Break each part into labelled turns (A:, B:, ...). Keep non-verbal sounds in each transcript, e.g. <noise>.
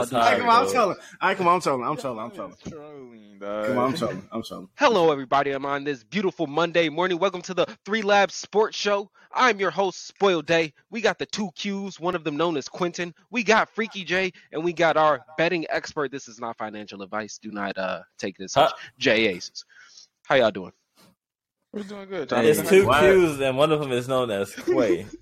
A: That's
B: All right,
A: not
B: come on, I'm
A: good.
B: telling. All right, come on, I'm telling. I'm telling. I'm telling.
C: Trolling,
B: Come on, I'm
C: dog.
B: telling. I'm telling.
D: Hello, everybody. I'm on this beautiful Monday morning. Welcome to the Three Labs Sports Show. I'm your host, Spoiled Day. We got the two Qs, one of them known as Quentin. We got Freaky J, and we got our betting expert. This is not financial advice. Do not uh take this.
A: Huh?
D: as J Aces. How y'all doing?
C: We're doing good.
B: Hey,
A: It's two
B: what?
A: Q's and one of them is known as
E: <laughs>
A: Quay. <laughs>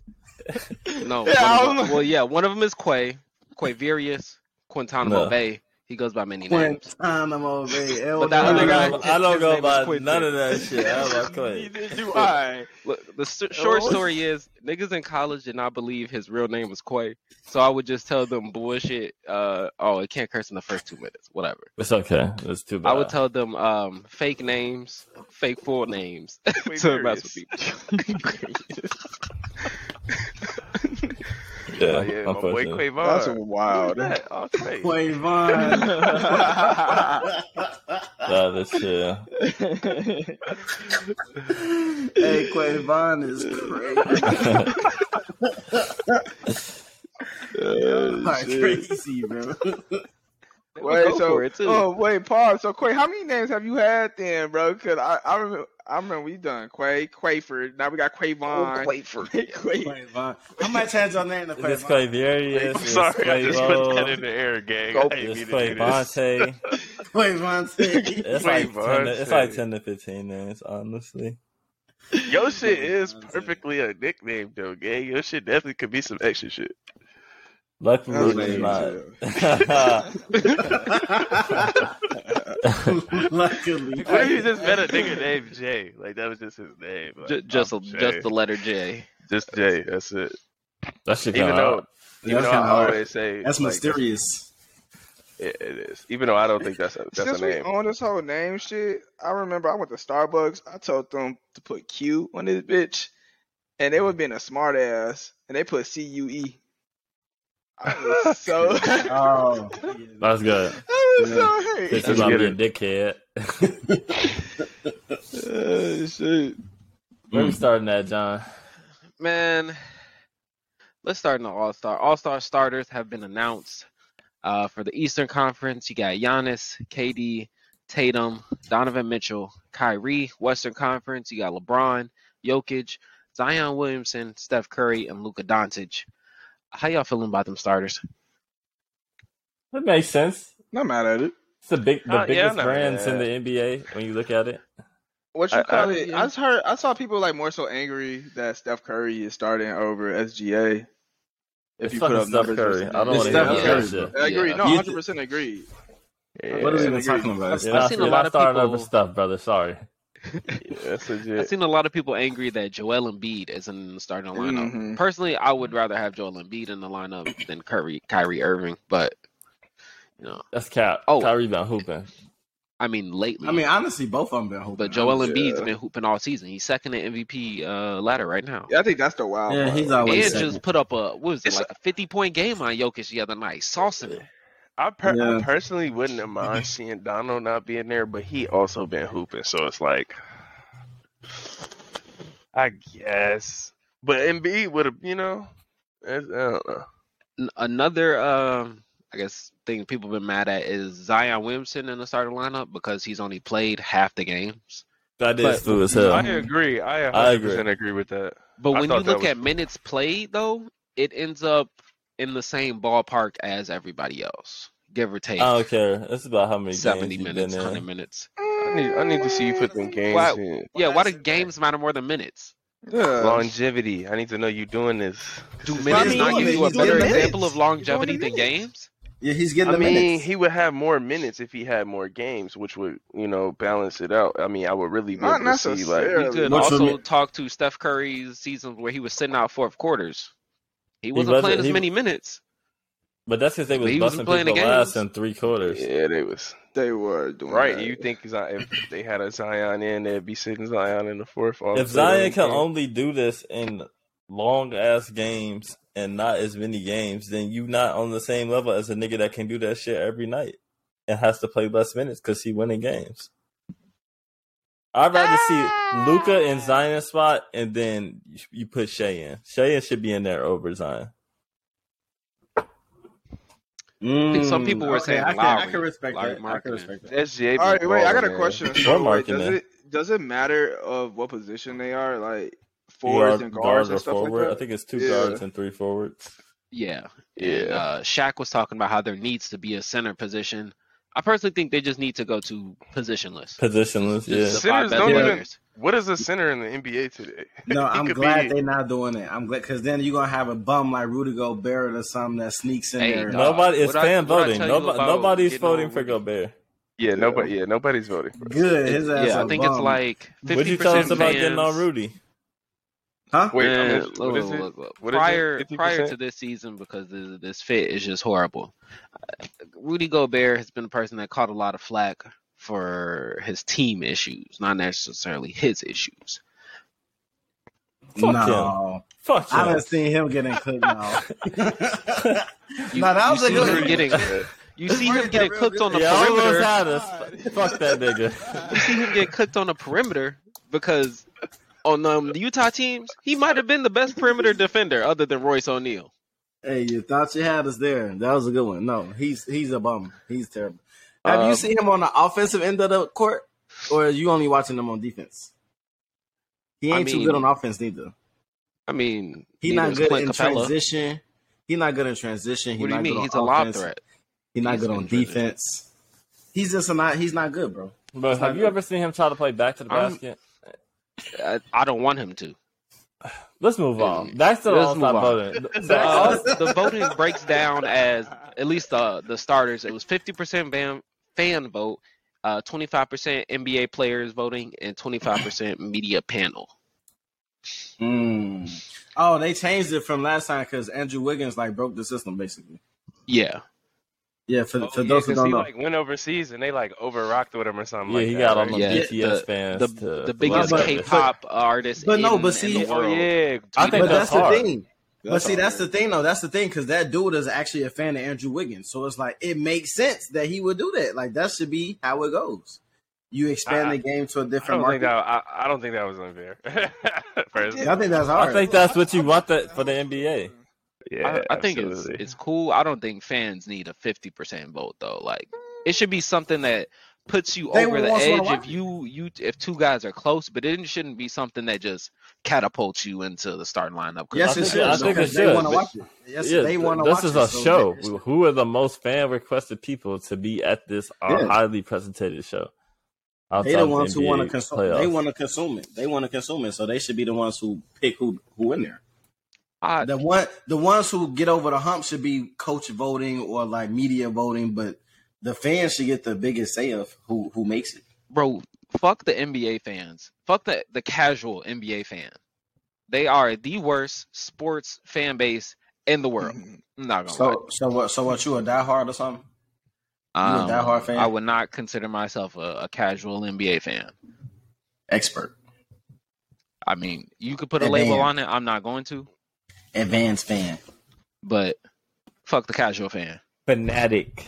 C: Yeah,
D: No. one of
C: I'm-
D: them- well, yeah, one of them is Quay, Quaverius, Guantanamo
A: No.
D: Bay. He goes by many names.
B: Guantanamo Bay. El
D: But that
A: I
D: other
A: don't
B: Dorado.
D: guy-
A: go, I don't
D: his
A: go
D: name is
A: by
D: Quentin.
A: none of that shit. I don't
E: <laughs>
A: like
C: <laughs>
A: Quay.
C: Neither do <laughs> I.
D: Look, the s- short
C: Oh.
D: story is niggas in college did not believe his real name was Quay, so I would just tell them bullshit. Uh, oh, it can't curse in the first two minutes, whatever.
A: It's okay. It's too bad.
D: I would tell them um, fake names, fake full names
C: Wait,
D: to mess with
C: Marius.
D: people.
A: Yeah,
C: Oh, yeah, my boy
A: unfortunately.
C: Quavon.
B: That's
C: Who's
B: wild.
C: that? Oh, <laughs> Quay.
B: Quavon.
C: <laughs>
A: Nah, this,
E: <laughs>
A: yeah.
B: hey, Quavon is crazy. Like, crazy, bro.
D: Go
C: Wait, so
D: for it, too.
C: oh wait, pause. So Quay, how many names have you had then, bro? Cause I, I remember I remember we done Quay, Quayford. Now we got <laughs> Quayvon. Quayford. Quay.
B: Quavon. How much had your name to
A: Is this
B: Quavon?
A: Quaverius?
E: I'm sorry, I just put that in
A: Quavo?
E: the air, gang.
C: Go-
E: I didn't
A: Is
E: mean to do <laughs> this.
A: Quavante?
B: Quavon.
A: It's like, 10 to, it's like
E: Quavante.
A: 10 to 15 names, honestly.
E: Your shit is
B: Quavante.
E: perfectly a nickname, though, gang. Your shit definitely could be some extra shit.
A: Luckily,
B: That's
A: it's <laughs>
B: amazing.
A: not. <laughs>
B: <laughs> Luckily.
E: What if you just met a nigga named Jay? Like that was just his name. Like,
D: Ju- just
E: I'm
D: a,
E: Jay.
D: just the letter J.
E: just Jay. That's it.
A: that should come
E: Even though,
A: out.
E: even
B: That's
E: though
B: kinda
E: I
B: hard.
E: always say
B: That's
E: like,
B: mysterious.
E: It, it is. Even though I don't think that's a that's
C: Since
E: a
C: we
E: name.
C: on this whole name shit, I remember I went to Starbucks. I told them to put Q on this bitch, and they were being a smart ass, and they put C U E. I <laughs> was so, I
B: Oh.
A: That's good.
C: was
A: This
C: so
A: is
E: Let's
A: why I'm
E: get
A: being a dickhead.
C: hurt. Uh, shit.
A: Where we starting at, John?
D: Man, let's start in the All Star. All Star starters have been announced uh, for the Eastern Conference. You got Giannis, KD, Tatum, Donovan Mitchell, Kyrie. Western Conference, you got LeBron, Jokic, Zion Williamson, Steph Curry, and Luka Doncic. How y'all feeling about them starters?
A: That makes sense.
C: Not mad at it.
A: It's the big,
D: Oh,
A: the
E: Uh, yeah,
A: biggest
E: no,
A: brands
E: yeah.
A: in the NBA when you look at it.
C: What you
E: I-
C: call
E: I-
C: it? I just heard. I saw people like more so angry that Steph Curry is starting over SGA.
A: If
C: If
A: you fucking
C: you put up
A: Steph
C: numbers
A: Curry,
C: versus
A: I don't
B: It's
A: want to hear none
B: Steph
A: of that
B: Curry,
A: shit.
C: I agree.
D: Yeah.
C: No,
B: You-
C: hundred percent agree.
E: Yeah,
B: What are we even talking about?
A: You're
B: It's-
D: I've
A: not,
D: seen a
A: you're
D: lot
A: not
D: of
A: starting
D: people-
A: over stuff, brother. Sorry.
E: yeah, that's
D: I've
E: legit.
D: seen a lot of people angry that Joel Embiid isn't in the starting lineup.
B: Mm-hmm.
C: Mhm.
D: Personally, I would rather have Joel Embiid in the lineup than Curry, Kyrie Irving. But you know,
A: That's cap.
D: Oh.
A: Kyrie been hooping.
D: I mean, lately,
B: I mean, honestly, both of them been hoping.
D: But Joel
C: Yeah.
D: Embiid's been hooping all season. He's second in MVP uh, ladder right now.
C: Yeah, I think that's the wild.
B: Yeah,
C: part.
B: he's always
D: And
B: second.
D: just put up a what was it
E: It's
D: like a fifty point game on Jokic the other night, saucing him.
E: I, per-
B: Yeah.
E: I personally wouldn't have mind seeing Donald not being there, but he also been hooping, so it's like, I guess. But Embiid would have, you know, it's, I don't know.
D: N- Another, um, I guess, thing people been mad at is Zion Williamson in the starting lineup because he's only played half the games.
A: That is
D: But-
A: fool as
E: I
A: hell.
E: agree. I
A: I
E: 100%
A: agree.
E: agree. with that.
D: But
E: I
D: when you
E: thought that
D: look
E: was
D: at
E: cool.
D: minutes played, though, it ends up in the same ballpark as everybody else, give or
A: I
D: take
A: don't care. It's about how Oh, many
D: seventy
A: games you've been
D: minutes, hundred
A: in.
D: minutes.
C: Mm.
E: I need, I need to see you put them games
D: Why-
E: in.
D: Yeah, why do games matter more than minutes?
C: Yeah.
E: Longevity. I need to know you doing this.
D: Do
E: This is
D: minutes
B: I mean,
D: not give
B: he's
D: you a
B: doing
D: better
B: minutes.
D: example
B: He's
D: of
B: doing
D: longevity than
C: minutes.
D: games?
B: yeah, he's getting
E: I
B: the
E: mean,
B: minutes.
E: he would have more minutes if he had more games, which would, you know, balance it out. I mean, I would really be
C: Not
E: able to see, like,
C: necessarily.
D: You could
B: What's the
D: also
B: mi-
D: talk to Steph Curry's seasons where he was sitting out fourth quarters. He wasn't
A: wasn't-
D: playing as
A: he-
D: many minutes.
A: But that's because they was
D: He was
A: busting
D: playing the
A: people last
D: games.
A: in three quarters.
E: yeah, they was.
C: They were doing
E: Right,
C: that.
E: you think Zion, if they had a Zion in, they'd be sitting Zion in the fourth. all
A: If
E: the way
A: Zion
E: down.
A: can only do this in long ass games and not as many games, then you not on the same level as a nigga that can do that shit every night and has to play less minutes because he winning games. I'd rather see Luca in Zion spot and then you- you put Shea in. Shea should be in there over Zion.
B: Mm,
D: some people were saying
B: I can, I
D: Lowry.
B: can respect
D: Lowry
B: that.
D: marketing.
B: I can respect that.
E: SGA.
C: All right, wait. I got a
E: man.
C: question.
A: We're
C: So, like,
A: marking
C: does
A: it.
C: it does it matter of what position they are,
A: Guard-
C: like fours and guards
A: guard or
C: and stuff
A: forward. I
C: like that?
A: think it's two
C: Yeah.
A: guards and three forwards.
D: Yeah. And,
E: Yeah.
D: uh, Shaq was talking about how there needs to be a center position. I personally think they just need to go to positionless.
A: Positionless,
D: Just the
A: yeah.
E: Centers
D: five best
E: don't even-
D: players.
E: What is a center in the NBA today? <laughs>
B: No, I'm
E: could
B: glad
E: be-
B: they're not doing it. I'm glad because then you're gonna have a bum like Rudy Gobert or something that sneaks in
D: Hey,
B: there.
D: dog.
A: Nobody is
D: What I-
A: fan
D: what I
A: voting.
D: tell you
A: Nobody,
D: about
A: nobody's
D: getting
A: voting
D: on
A: for
D: Rudy?
A: Gobert.
E: Yeah, nobody. Yeah, nobody's voting for. It.
B: Good, his ass.
D: yeah,
B: a
D: I think it's
B: bum.
D: like
A: Would
D: fifty
A: you tell
D: percent
A: us about getting on Rudy?
B: huh?
E: Wait,
D: Man,
E: how much-
D: Eh, look,
E: what is
D: look,
E: it?
D: look, look.
E: What is it?
D: prior
E: 50%?
D: prior to this season, because this, this fit is just horrible. Rudy Gobert has been a person that caught a lot of flack for his team issues, not necessarily his issues.
A: Fuck
B: no,
A: Fuck
B: I
A: him. <laughs>
D: <laughs>
B: haven't seen him getting clipped now.
D: You-
B: Nah, that
D: you
B: was a
D: see
B: good-
D: him getting you see him
B: Rudy
D: getting
B: Gobert
D: clipped
B: really-
D: on the
A: Yeah, I almost
D: perimeter.
A: had us. Fuck that
B: <laughs>
A: nigga.
D: You see him get clipped on the perimeter because on um, the Utah teams, he might have been the best perimeter defender other than Royce O'Neal.
B: Hey, you thought you had us there. That was a good one. No, he's he's a bum. He's terrible. Have you
D: Um,
B: seen him on the offensive end of the court, or are you only watching him on defense? He
D: I
B: ain't too
D: mean-
B: good on offense neither.
D: I mean,
B: He's
D: neither
B: not
D: is
B: good
D: Clint
B: in
D: Capella.
B: transition. He's not good in transition. He's
D: What do
B: not good
D: you mean?
B: on
D: He's a lob
B: offense.
D: threat.
B: He's not
D: He's
B: good
D: good
B: on
D: in transition.
B: defense. He's just a not. He's not good, bro.
A: But have you ever seen him try to play back to the
D: I'm-
A: basket?
D: I, I don't want him to.
A: Let's move on. Back to the
D: Let's
A: all
D: move
A: star
D: on. <laughs>
A: voting. So,
D: Uh,
A: uh,
D: the voting breaks down as at least the the starters. It was fifty percent fan fan vote, twenty five percent NBA players voting, and twenty five percent media panel.
B: Mm. Oh, they changed it from last time because Andrew Wiggins like broke the system basically.
D: Yeah,
B: Yeah, for,
E: Oh,
B: for
E: yeah,
B: those
E: 'cause
B: who don't
E: he
B: know,
E: like went overseas and they like overrocked with him or something.
A: yeah,
E: like
A: he
E: that,
A: got on
E: right?
A: the
D: Yeah,
A: BTS
D: the-
A: fans.
D: the
A: to-
D: the biggest
B: but-
D: K-pop artist.
B: but no,
D: in-
B: but
D: in
B: see-
D: the
E: Oh
D: world.
E: yeah,
A: I think
B: but that's
A: that's hard.
B: the thing. but see, that's
E: hard.
B: the thing though. That's the thing because that dude is actually a fan of Andrew Wiggins, so it's like it makes sense that he would do that. Like that should be how it goes. You expand
E: I-
B: the game to a
E: I don't
B: different
E: think
B: market.
E: that. I, I don't think that was unfair. <laughs> Personally.
B: I think that's hard.
A: I think that's what you want that for the NBA.
E: Yeah,
D: I, I think it's
E: absolutely.
D: it's cool. I don't think fans need a fifty percent vote though. Like it should be something that puts you
B: They
D: over the
B: want someone
D: edge if
B: like-
D: you you if two guys are close, but it shouldn't be something that just catapults you into the starting lineup. 'Cause
B: Yes,
A: I
B: it
A: think-
B: should.
A: I think it
B: because
A: should,
B: They want to
A: but-
B: watch it. Yes,
A: yeah,
B: they
A: th-
B: want to
A: this
B: watch
A: is
B: it,
A: a
B: so
A: show.
B: they-
A: Who are the most fan requested people to be at this uh,
B: Yeah.
A: highly presented show?
B: They
A: Outside
B: the
A: of
B: ones who
A: NBA
B: want to consume. They
A: playoffs.
B: want to consume it. They want to consume it. So they should be the ones who pick who who in there.
D: I,
B: The one, the ones who get over the hump should be coach voting or like media voting, but the fans should get the biggest say of who who makes it.
D: bro, fuck the NBA fans. Fuck the the casual NBA fan. They are the worst sports fan base in the world. I'm not gonna lie.
B: Mm-hmm. So so what? So what? You a diehard or something? a
D: Um,
B: diehard fan?
D: I would not consider myself a, a casual NBA fan.
B: Expert,
D: I mean, you could put a
B: And
D: label
B: then-
D: on it. I'm not going to,
B: advanced fan.
D: but fuck the casual fan.
A: Fanatic.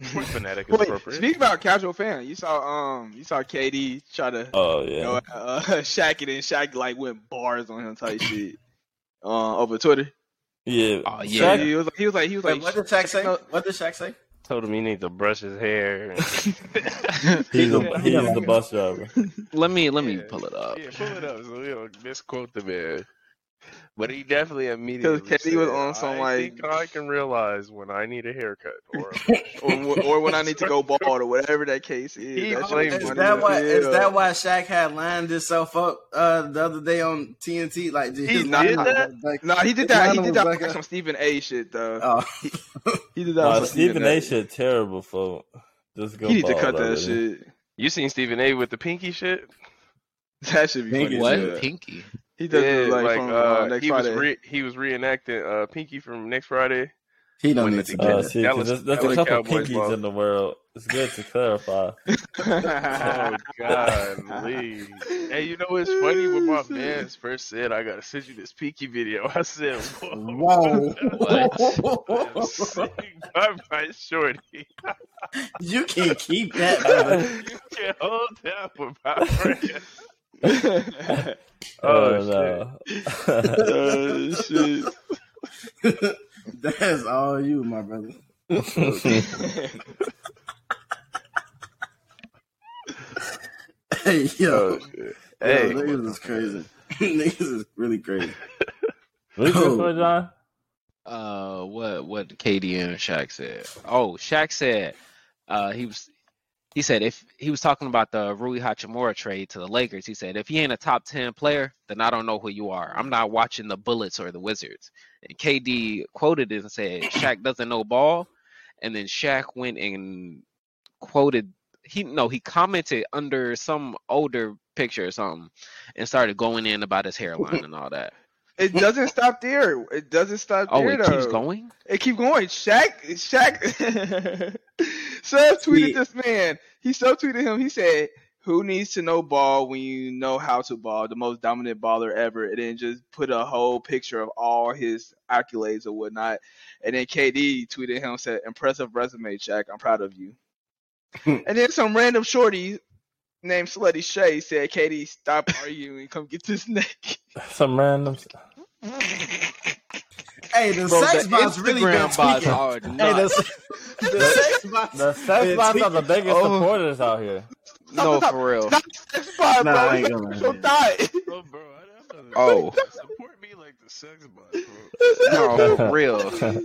E: Fanatic
B: <laughs>
E: is
C: Wait,
E: appropriate.
C: speak about casual fan. You saw um, you saw KD try to
A: Oh
C: you
A: yeah.
C: know, uh, <laughs> Shaq it and Shaq like went bars on him type shit uh, over Twitter.
A: Yeah.
D: Oh,
C: Yeah,
D: yeah.
A: Shaq-
C: he was like, he was like, he was like, <laughs>
B: did Shaq say? What did Shaq say?
E: Told him he needs to brush his hair. and-
B: <laughs>
A: he's
B: Yeah.
A: a, he's the bus driver.
D: let me let me
E: Yeah.
D: pull it up.
E: Yeah, pull it up so we don't misquote the man. But he definitely immediately.
C: because KD was on some
E: I
C: like,
E: think I can realize when I need a haircut.
C: <laughs>
E: Or
C: or, or when I need to go bald or whatever that case is.
E: He
C: that shit funny
E: blamed-
B: Is
C: as
B: that why? Is
C: hell.
B: that why Shaq had lined himself up uh, the other day on TNT? Like
E: He
B: his
E: did
B: line was
E: that?
B: back-
C: Nah, he did
B: his
C: that. He
B: line
C: did
B: was
C: that
B: back
C: on
B: up.
C: some Stephen A. shit though.
B: Oh.
C: he did that. on
A: Nah,
C: some
A: Stephen A. shit terrible for just go.
C: He need to
A: bald
C: cut that
A: already.
C: shit. <laughs>
E: you seen Stephen A. with the pinky shit?
C: That should be
B: Thank
C: funny.
B: you,
C: as
D: What
C: hell.
D: pinky?
C: He does it like, from uh, next
E: he
C: Friday.
E: was
C: <laughs>
E: re- he was reenacting uh, Pinky from next Friday.
B: He don't
E: When
B: need
E: the
B: to
E: kid-
B: get
A: Uh,
B: it.
A: see, 'cause
E: Dallas-
A: there's, there's a
E: Dallas
A: couple
E: Cowboys
A: pinkies
E: lost.
A: in the world. It's good to clarify.
C: <laughs>
E: Oh God, Lee. Hey, you know what's funny? When my man first said, "I gotta send you this Pinky video," I said, "Whoa." I'm
B: Whoa. <laughs>
E: sick by my shorty.
B: you can't keep that, brother. <laughs>
D: <laughs>
E: you can hold that with my friend.
A: <laughs> Oh,
E: Oh,
A: no.
C: Oh,
E: shit.
B: That's all you, my brother. <laughs> hey, yo.
E: Oh, shit.
B: Yo,
E: Hey,
B: niggas is crazy. <laughs> niggas is really crazy.
A: <laughs> What you
B: Oh.
A: for, John?
D: uh what what KD and Shaq said. Oh, Shaq said uh he was he said if he was talking about the Rui Hachimura trade to the Lakers, he said if he ain't a top ten player, then I don't know who you are. I'm not watching the Bullets or the Wizards. And KD quoted it and said Shaq doesn't know ball, and then Shaq went and quoted he no he commented under some older picture or something and started going in about
C: <laughs>
D: his hairline and all that.
C: It doesn't stop there. It doesn't stop
D: Oh,
C: there.
D: it
C: though.
D: keeps going.
C: It keep going. Shaq, Shaq, <laughs> Shaq tweeted this man. He subtweeted him. He said, "Who needs to know ball when you know how to ball? The most dominant baller ever." And then just put a whole picture of all his accolades or whatnot. And then KD tweeted him said, "Impressive resume, Shaq. I'm proud
B: <laughs>
C: of you." and then some random shorty named Slutty Shay said, "KD, stop arguing and come get this neck."
A: <laughs>
C: <laughs>
A: Some random.
B: Hey, the
D: Bro,
B: sex
D: the
B: bots really been
D: Instagram bots
B: tweaking. <laughs>
D: are
B: Hey, the,
D: nuts.
B: se- the sex bots.
A: The sex
B: been
A: bots are the
B: tweaking.
A: biggest
C: Oh.
A: supporters out <laughs> here.
B: <laughs>
D: no, for real.
C: Stop sex bot,
B: Nah, I
C: bro. <laughs>
B: ain't
C: You
B: gonna
C: gonna
B: lie,
C: you'll
B: man.
C: die.
E: Bro, bro, I don't know.
D: Oh.
E: Support me like the sex bot, bro.
D: No, for
B: <laughs>
D: real.
B: Damn,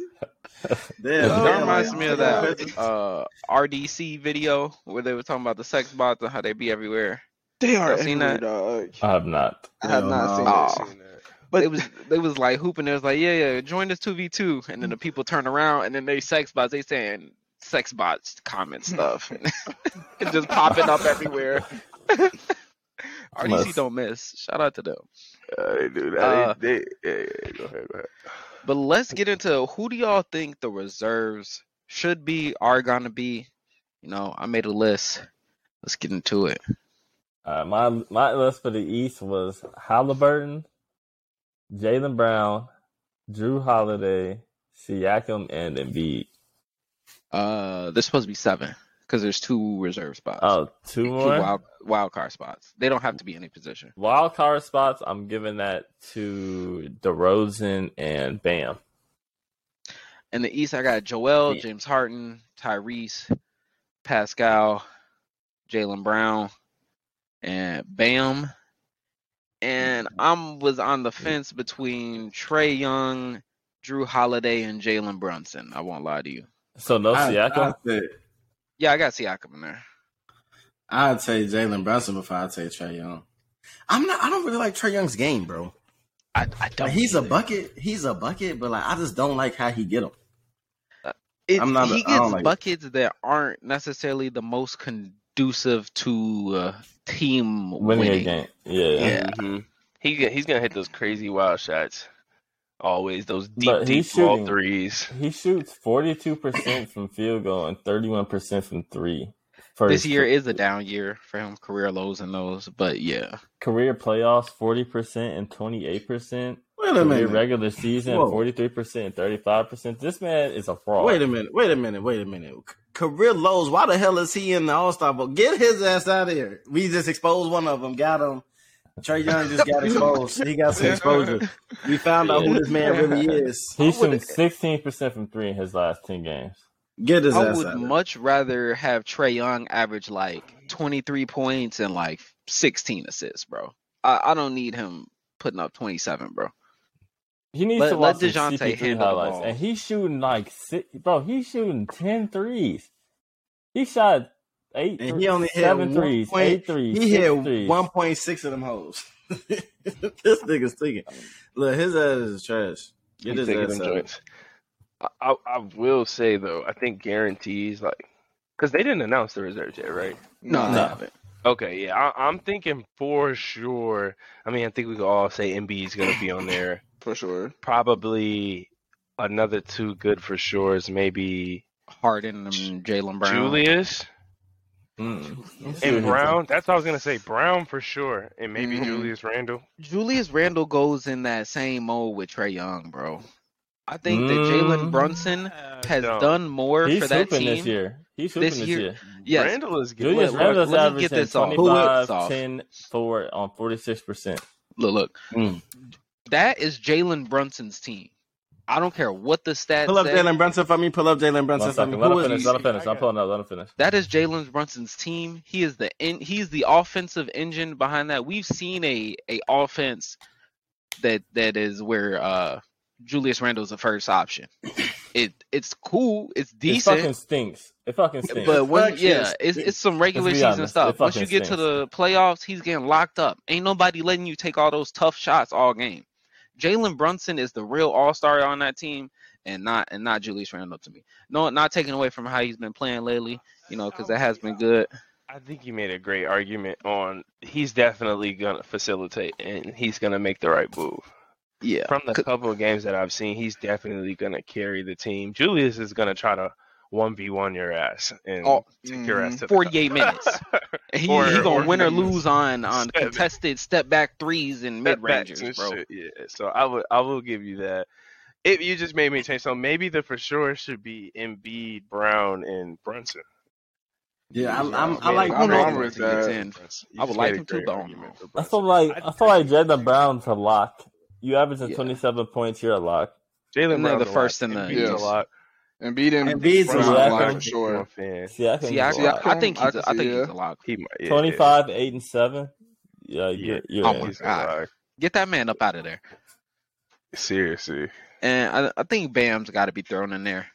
A: Oh,
D: that
B: yeah,
D: reminds
B: like,
D: me of that uh, RDC video where they were talking about the sex bots and how they be everywhere.
C: They are
D: I've seen
C: everywhere,
D: that.
C: dog.
A: I have not.
C: I have
B: Hell
C: not seen
D: no.
C: that.
D: Oh.
E: Seen that.
D: But it was they was like hooping. It was like, yeah, yeah, join this two v two, and then the people turn around and then they sex bots. They saying sex bots comment stuff <laughs> and it's just popping
B: <laughs>
D: up
C: <laughs>
D: everywhere. RDC
A: Must.
D: don't miss. Shout out to them.
E: Uh, they do that.
D: Uh,
E: they, they, yeah, yeah, go ahead, go ahead.
D: But let's get into who do y'all think the reserves should be, are gonna be. You know, I made a list. Let's get into it.
A: Uh, my my list for the East was Halliburton, Jalen Brown, Drew Holiday, Siakam, and Embiid.
D: Uh, there's supposed to be seven because there's two reserve spots,
A: Oh, two
D: two
A: more wild.
D: wild wild card spots. They don't have to be in a position.
A: card spots. I'm giving that to DeRozan and Bam.
D: In the East, I got Joel,
A: Yeah.
D: James Harden, Tyrese, Pascal, Jalen Brown, and Bam. And I'm was on the fence between Trey Young, Drew Holiday, and Jalen Brunson. I won't lie to you.
A: So no
B: I,
A: Siakam.
B: I'd say,
D: Yeah, I got Siakam in there.
B: I'd say Jalen Brunson before I'd say Trey Young. I'm not. I don't really like Trey Young's game, bro.
D: I, I don't.
B: Like, he's a
D: either.
B: bucket. He's a bucket, but like I just don't like how he get them.
D: It's,
B: I'm not a-
D: he
B: I don't
D: gets
B: like it.
D: buckets that aren't necessarily the most conducive to uh, team winning.
A: Winning a game. Yeah.
D: Yeah.
E: Mhm. He get- he's gonna hit those crazy wild shots. Always those deep,
A: But
E: deep
A: he's
E: ball
A: shooting.
E: threes.
A: He shoots 42% from field goal and 31% from three. For
D: This
A: his
D: year is a down year for him, career lows and those. But yeah,
A: career playoffs 40% and 28%.
B: Wait a
A: Career
B: minute.
A: regular season
B: Whoa.
A: 43% and 35%. This man is a fraud.
B: Wait a minute. Wait a minute. Wait a minute. C- Career lows. Why the hell is he in the All Star Bowl? Get his ass out of here. We just exposed one of them. Got him. Trey Young just <laughs> got exposed. He got some exposure. We found out who this man really is.
A: He's shooting 16% from three in his last 10 games.
B: Get his
D: I
B: ass
D: would
B: out. of here.
D: much rather have Trey Young average like 23 points and like 16 assists, bro. I, I don't need him putting up 27, bro.
A: He needs
D: Let-
A: to
D: let
A: watch some
D: DeJounte
A: CP3
D: handle the
A: highlights.
D: ball.
A: And he's shooting like six, bro, he's shooting 10 threes. He shot eight,
B: And
A: thr-
B: he only hit
A: seven
B: one
A: threes,
B: point-
A: eight threes,
B: He
A: six
B: hit
A: threes.
B: 1.6 of them hoes. <laughs> this nigga's thinking. Look, his ass is trash. Get his
E: He's taking
B: ass
E: them
B: out.
E: joints. I, I, I will say though, I think guarantees like because they didn't announce the reserves yet, right?
D: No,
A: No.
D: they haven't.
E: Okay, yeah, I, I'm thinking for sure. I mean, I think we could all say Embiid's gonna be on there.
C: for sure.
E: Probably another two good for sure is maybe
D: Harden and Jalen Brown.
E: Julius
D: Hmm.
A: Mm.
E: and Brown. That's what I was gonna say. Brown for sure, and maybe
D: Mhm.
E: Julius Randle.
D: Julius Randle goes in that same mold with Trey Young, bro. I think that Jalen
A: Mm.
D: Brunson has
E: No.
D: done more
A: He's
D: for that
A: hooping this
D: team.
A: year. He's hooping
D: This
A: this
D: year-
A: year.
D: Yes.
E: Randle is getting
A: Julius
D: Let-
A: Randle's
D: let me get
A: averaging
D: this off.
A: 25,
D: Who is-
A: 10, 4 on 46%.
D: Look, look.
B: Mm.
D: That is Jalen Brunson's team. I don't care what the stats
B: Pull up
D: say.
B: Jalen Brunson for me. Pull up Jalen
A: One
B: Brunson for me.
A: second. Let
B: Who
A: him
B: is-
A: finish.
E: he?
A: Let him finish.
E: I
A: I'm
E: got-
A: pulling up. Let him finish.
D: That is Jalen Brunson's team. He is the in, he is the offensive engine behind that. We've seen a a offense that that is where uh Julius Randle's the first option. It it's cool, it's
A: It fucking
D: decent,
A: stinks. It fucking stinks.
D: but when,
B: Fuck
D: yeah,
B: yes.
D: it's it's some regular
A: be
D: season
A: honest,
D: stuff.
A: it
D: Once
A: fucking
D: you get to
A: stinks.
D: the playoffs, he's getting locked up. Ain't nobody letting you take all those tough shots all game. Jalen Brunson is the real all star on that team, and not and not Julius Randle to me. No, not taking away from how he's been playing lately, you know, because that has been good.
E: I think you made a great argument on he's definitely gonna facilitate and he's gonna make the right move.
D: Yeah,
E: From the
D: c-
E: couple of games that I've seen, he's definitely gonna carry the team. Julius is gonna try to one v one your ass and
D: Oh,
C: Mm-hmm.
E: take your ass to the cup.
D: 48 minutes. And he,
E: Or-
D: he gonna
E: or
D: win or
E: maybe
D: lose on on
E: seven.
D: contested step back threes and mid
E: Step backs
D: rangers,
E: and
D: bro.
E: shit, Yeah, so I would I will give you that. If you just made me change, so maybe the for sure should be Embiid, Brown, and Brunson.
B: Yeah, I'm,
E: You
B: I'm,
E: just
B: I
E: made
B: like
E: a
C: I'm
E: great
C: wrong with
E: argument
C: that.
E: for Brunson. You
D: I would
E: just
D: like
E: made a
D: him to,
E: great
D: but I don't
E: argument
D: know.
E: for
A: I
E: Brunson.
A: feel like I feel like Jalen Brown's a lock. You averaging
D: Yeah.
A: 27 points, you're a lock.
E: Jalen
D: And they're
E: Brown
D: the first in the
C: Yes.
E: a lot.
C: And beat him.
B: And Embiid's a
C: Brunson
A: lock.
C: line
A: Yeah.
C: for sure.
E: Fan.
A: See, I can
D: See, I,
C: See, I
D: I think
C: can- I
D: he's a,
C: can
D: I
C: see,
D: think he's
C: yeah.
D: a lock.
E: He might, yeah,
A: 25, 8, and 7. Yeah,
E: Yeah.
A: you're, you're
D: Oh
A: in.
D: my
E: He's a
D: God.
E: lock.
D: Get that man up out of there.
E: Seriously.
D: And I, I think Bam's got to be thrown in there.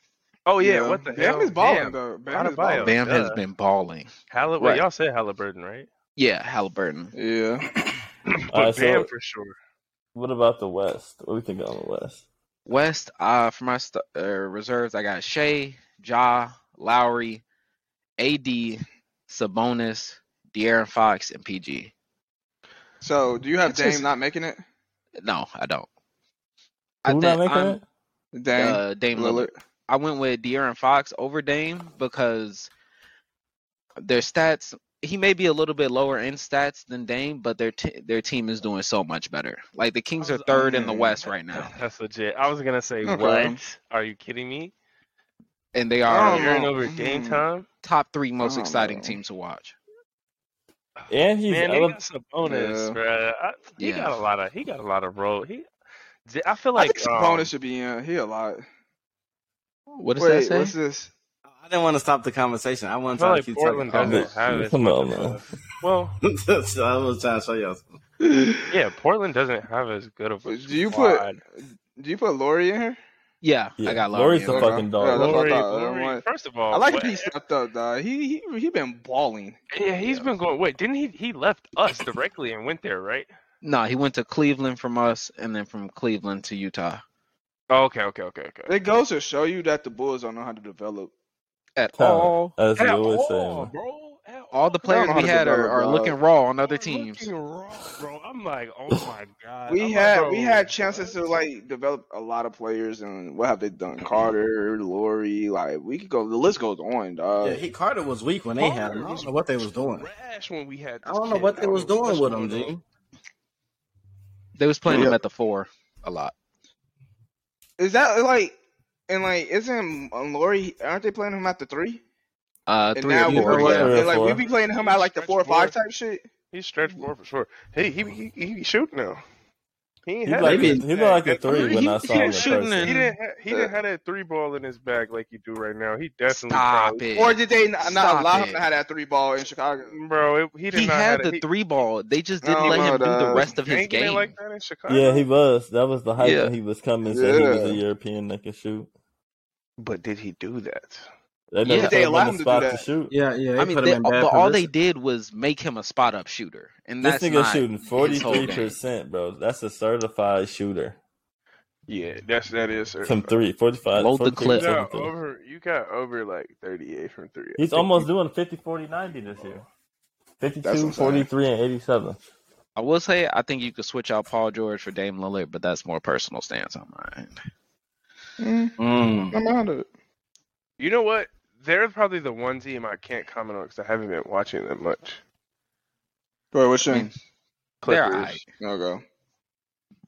E: Oh yeah, what the
C: Bam
E: hell?
C: is balling
E: Bam.
C: though. Bam
E: Adebayo.
C: is balling.
D: Bam has
E: duh.
D: been balling.
E: Halli-
D: Right.
E: Wait, y'all said Halliburton, right?
D: Yeah, Halliburton.
C: Yeah.
E: but
A: All right, so-
E: Bam for sure.
A: What about the West? What do we think on the West?
D: West, uh, for my st- uh, reserves, I got Shea, Ja, Lowry, AD, Sabonis, De'Aaron Fox, and PG.
C: So do you have
D: It's just-
C: Dame not making it?
D: No, I don't.
A: Who not
D: think
A: making
D: I'm-
A: it?
C: Dame.
D: uh, Dame Lillard.
C: Lillard.
D: I went with De'Aaron Fox over Dame because their stats. He may be a little bit lower in stats than Dame, but their t- their team is doing so much better. Like the Kings are third in the West right now,
E: That's legit. I was gonna say,
C: Okay.
E: what? Are you kidding me?
D: and they are
C: Oh,
E: You're in over game
C: mm.
E: time.
D: top three most
C: Oh,
D: exciting
C: no.
D: teams to watch.
A: And he's
E: Man, he
A: ele-
E: got some bonus,
C: Yeah.
E: bruh. I, he
D: Yeah.
E: got a lot of. He got a lot of road. He. J- I feel
C: I
E: like um,
C: think Sabonis should be in. He a lot.
D: What does
C: Wait,
D: that say?
C: what's this?
B: I didn't want to stop the conversation. I
E: I
B: want to
E: feel
B: try
E: like
B: to keep
E: Portland
A: about
E: doesn't
A: it.
E: have as
A: Come
E: much
A: on,
E: of
A: man.
E: a- Well,
B: talking. <laughs> so I was trying to show y'all. something.
E: <laughs> yeah, Portland doesn't have as good of. A
C: But do you put-
E: squad.
C: Do you put Laurie in here?
D: yeah,
A: Yeah,
D: I got Lowry.
A: Lowry's
D: in
A: the
D: there.
C: Okay.
A: fucking dog.
C: Yeah, uh, that's what I
E: Lowry,
C: thought.
E: Lowry,
C: Everyone-
E: first of all,
C: I like
E: what-
C: if he stepped up, dog. He he he been balling.
E: Yeah, he's
D: Yeah.
E: been going. Wait, didn't he? He left us directly and went there, right?
D: No, he went to Cleveland from us, and then from Cleveland to Utah.
E: Oh, okay, okay, okay, okay.
C: It goes to show you that the Bulls don't know how to develop.
D: At
A: Talent.
D: all,
A: As we
E: At
A: always
E: all,
A: say.
E: bro. At
D: all the players
C: know how
D: we
C: to
D: had are,
C: develop,
D: are
C: dog.
D: looking raw on
E: We're
D: other teams.
E: looking Raw, bro. I'm like, oh
C: <laughs>
E: my god.
C: We
E: I'm like,
C: had we
E: bro,
C: had chances to
E: what?
C: like develop a lot of players, and what have they done? Carter, Laurie, like we could go. The list goes on, dog.
B: Yeah, he Carter was weak when they had him. I don't know what they was doing.
E: Trash when we had.
B: I don't know what they was doing with him, G.
D: They was playing him
C: Yeah.
D: at the four a lot.
C: Is that like and like isn't um, Laurie? Aren't they playing him at the three?
D: Uh,
C: And
D: three
C: now
D: or
C: we
D: four.
A: we're-
D: yeah.
A: Three or
C: and, like we
A: four.
C: be playing him at like the four or five type shit.
E: He stretched four for sure. Hey, he he, he, he shoot now. He ain't
A: He
E: had
A: like,
E: that-
B: Maybe-
A: he look like a three when I
D: he
A: saw him in
D: was shooting
A: person.
E: He
D: and-
E: didn't. Have, he didn't have that three ball in his bag like you do right now. He definitely.
D: Stop
E: probably-
D: it.
C: Or did they not,
D: Stop
C: not allow
D: it.
C: him to have that three ball in Chicago?
E: Bro, it, he did
D: he
E: not
D: had
E: have
D: the
E: that- he-
D: three ball. They just
C: I
D: didn't
C: don't
D: let him
C: know,
D: do the
C: dog.
D: rest of
E: He
D: his
E: ain't been
D: game.
E: like that in Chicago.
A: Yeah, he was. That was the hype
D: Yeah.
A: when he was coming. Said he was a
C: Yeah.
A: European that could shoot.
E: But did he do that?
A: They never
D: Yeah.
A: put
D: They
A: him
C: allow
A: in
C: him
A: the
C: to do
A: spot to
C: that.
A: shoot.
B: Yeah, yeah. They
D: I mean,
B: put
D: they-
B: him in bad
D: but all they
B: position.
D: did was make him a spot up shooter, and
A: This
D: that's
A: nigga
D: not.
A: shooting
D: his whole game.
A: 43%, bro. That's a certified shooter.
E: Yeah, that's that is. Sir.
A: From three, 45.
D: Load the
A: 43,
E: You
D: clip.
E: got
A: 43.
E: over. You got over like thirty-eight from three. I
A: He's
E: think
A: almost
E: you-
A: doing 50, 40, 90 this year.
C: That's
A: 52,
C: what I'm saying.
A: 43, and 87.
D: I will say, I think you could switch out Paul George for Dame Lillard, but that's more personal stance on mine.
C: Mm,
B: Mm.
C: I'm out of it.
E: You know what? They're probably the one team I can't comment on because I haven't been watching that much.
C: Bro, what's
D: I
C: your
D: mean,
C: name?
D: they're
E: Clippers.
D: aight.
C: Okay.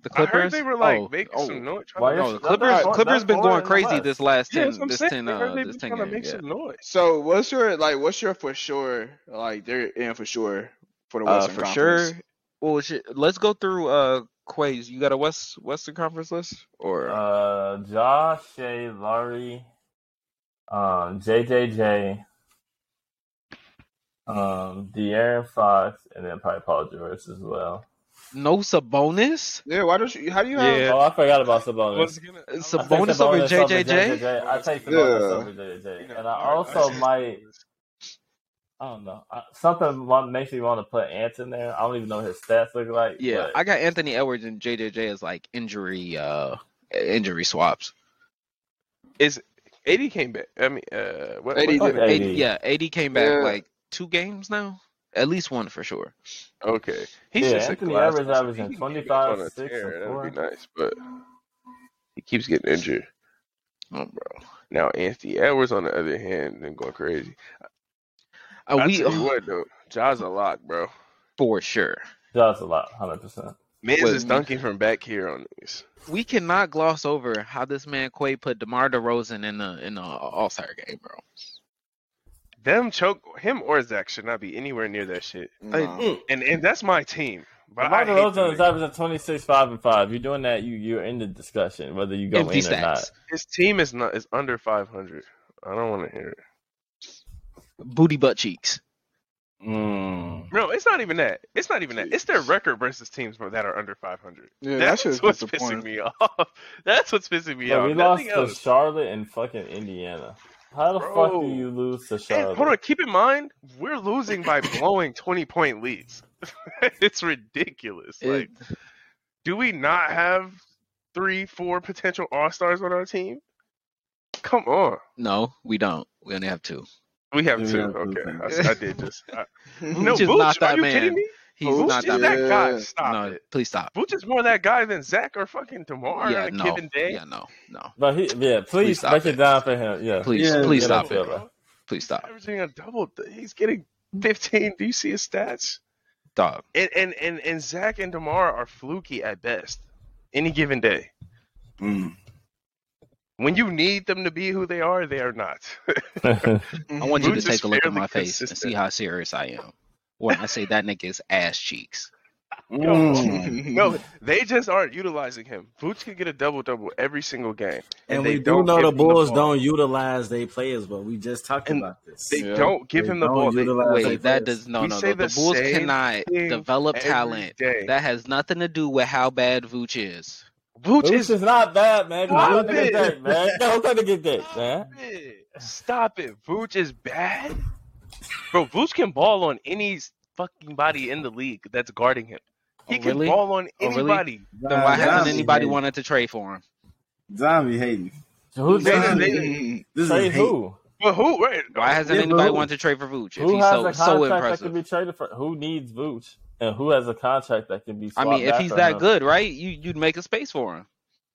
D: The
E: I
D: Clippers.
E: heard they were like
D: oh,
E: making some noise.
A: Why are
D: No,
E: Trying to make
A: you-
D: the
E: some-
A: That's
D: Clippers.
A: four-
D: Clippers
A: that's
D: been
A: four
D: going
A: in the
D: crazy
A: West.
D: this last
E: <laughs> Yeah,
D: ten.
E: that's what I'm
D: this
E: saying.
D: ten.
E: I heard
D: Uh,
E: they
D: this
E: been
D: ten.
E: trying to
D: Game,
E: make
D: yeah.
E: some noise.
C: So what's your like? What's your for sure? Like they're in for sure for the
D: Uh,
C: Western
D: for
C: Conference.
D: sure. Well, shit, let's go through uh Quays, you got a West Western Conference list or
A: Uh, Josh, Shay, Larry, um, JJJ, um, De'Aaron Fox, and then probably Paul George as well.
D: no Sabonis?
C: Yeah, why don't you? How do you have?
E: Yeah.
A: Oh, I forgot about Sabonis.
E: gonna,
A: I take
D: Sabonis over JJJ?
A: I take Sabonis
C: Yeah.
A: over JJJ, and I also might. I don't know. I, something wa- makes me want to put Ant in there. I don't even know what his stats look like.
D: Yeah,
A: but-
D: I got Anthony Edwards and JJJ as like injury uh injury swaps.
E: Is AD came back? I mean, uh, what,
C: AD
E: what-
A: Fuck
C: did
D: AD,
A: AD.
D: yeah, AD came back
C: Yeah.
D: like two games now, at least one for sure.
E: Okay, he's
A: Yeah,
E: just
A: Anthony
E: a class.
A: Edwards averaging
E: He can get
A: 25,
E: on a
A: six,
E: tear,
A: and
E: That'd be nice, but he keeps getting injured.
D: Oh, bro.
E: Now Anthony Edwards, on the other hand, been going crazy.
D: Uh,
E: I
D: <laughs> we
E: tell you what though, Jaws a lock, bro.
D: for sure.
A: Josh a lot, hundred percent.
E: Miz
D: What-
E: is dunking from back here on these.
D: We cannot gloss over how this man Quay put DeMar DeRozan in the in the All Star game, bro.
E: Them choke him or Zach should not be anywhere near that shit.
C: No.
E: And and that's my team. But
A: DeMar
E: I hate
A: DeRozan
E: them
A: is averaging 26, 5, and 5. You're doing that, you, you're in the discussion, whether you go
D: Empty
A: in or not.
D: stacks,
E: His team is not is under five hundred. I don't want to hear it.
D: booty butt cheeks.
A: Mm.
E: No, it's not even that. It's not even that. It's their record versus teams that are under five hundred.
C: Yeah, that
E: That's
C: shit's
E: what's pissing
C: disappointing.
E: me <laughs> off. That's what's pissing me
A: But
E: off.
A: we lost
E: Nothing
A: to
E: else.
A: Charlotte and fucking Indiana. How the
E: Bro.
A: fuck do you lose to
E: And
A: Charlotte?
E: hold on, keep in mind we're losing by blowing twenty point leads. <laughs> it's ridiculous. Like,
D: It-
E: do we not have three, four potential all stars on our team? Come on.
D: no, we don't. We only have two.
E: We have
B: Yeah, we
E: two.
B: have two
E: Okay,
B: things.
E: I, I did just.
D: <laughs>
E: I,
D: Booch
E: no,
D: is
E: Booch,
D: not
E: are
D: that
E: you
D: man.
E: kidding me?
D: He's
E: Booch
D: not
E: is
D: that
E: that
D: bad.
E: guy.
C: Yeah.
E: Stop
D: no,
E: it.
D: please stop.
E: Booch is more that guy than Zach or fucking Demar
D: yeah,
E: on a
D: no,
E: given day.
D: yeah, no, no.
A: But he, yeah, please,
D: Please stop
A: break it
D: it.
A: down for him. Yeah.
D: Please,
B: Yeah,
D: please
A: yeah,
D: stop
A: that's
D: it.
A: it, bro.
D: Please stop,
E: Averaging a double. th- He's getting 15. Do you see his stats?
D: dog.
E: And and and, and Zach and Demar are fluky at best. Any given day.
B: Mm,
E: When you need them to be who they are, they are not. <laughs>
A: <laughs>
D: I want you to
E: Booch is
D: take a look at
E: fairly
D: my face and
E: consistent.
D: see how serious I am when I say that nigga's ass
E: <laughs>
D: cheeks.
B: mm.
D: Mm.
E: no, they just aren't utilizing him. Booch can get a double double every single game,
B: And
E: they
B: we do
E: don't
B: know
E: give
B: the
E: him the
B: Bulls
E: ball.
B: don't utilize their players, but we just talked
E: And
B: about this.
E: They
C: Yeah.
E: don't give
B: They
E: him the
B: don't
E: ball. They
B: utilize their
D: Wait, that
B: players.
D: does no,
E: We
D: no,
E: say
D: no. The
E: the
D: Bulls
E: same
D: cannot
E: thing
D: develop
E: every
D: talent.
E: day.
D: That has nothing to do with how bad Vooch is.
E: Vooch
A: Boots
E: is
A: is not bad, man. Don't
E: Stop
A: let him get
E: it.
A: that, man. Don't let him get that, man.
E: Stop it. Stop it. Vooch is bad. Bro, Vooch can ball on any fucking body in the league that's guarding him. He
D: Oh,
E: can
D: really?
E: ball on
D: Oh, really?
E: anybody.
D: Then why
B: Zombie
D: hasn't
B: hating.
D: anybody wanted to trade for him?
B: Zombie hating.
A: So who
E: They-
A: does-
E: they-
B: This is
A: say
B: hate.
A: who?
E: But who?
D: <laughs>
E: Right?
D: Why hasn't
B: Yeah,
D: anybody
B: who-
D: wanted to trade for Vooch? If
A: Who
D: he's
A: has a contract
D: so so
A: that
D: impressive.
A: can be traded for? Who needs Vooch? And who has a contract that can be?
D: I
A: Swapped
D: mean, if
A: back
D: he's
A: for
D: that
A: him?
D: good, right? You you'd make a space for him.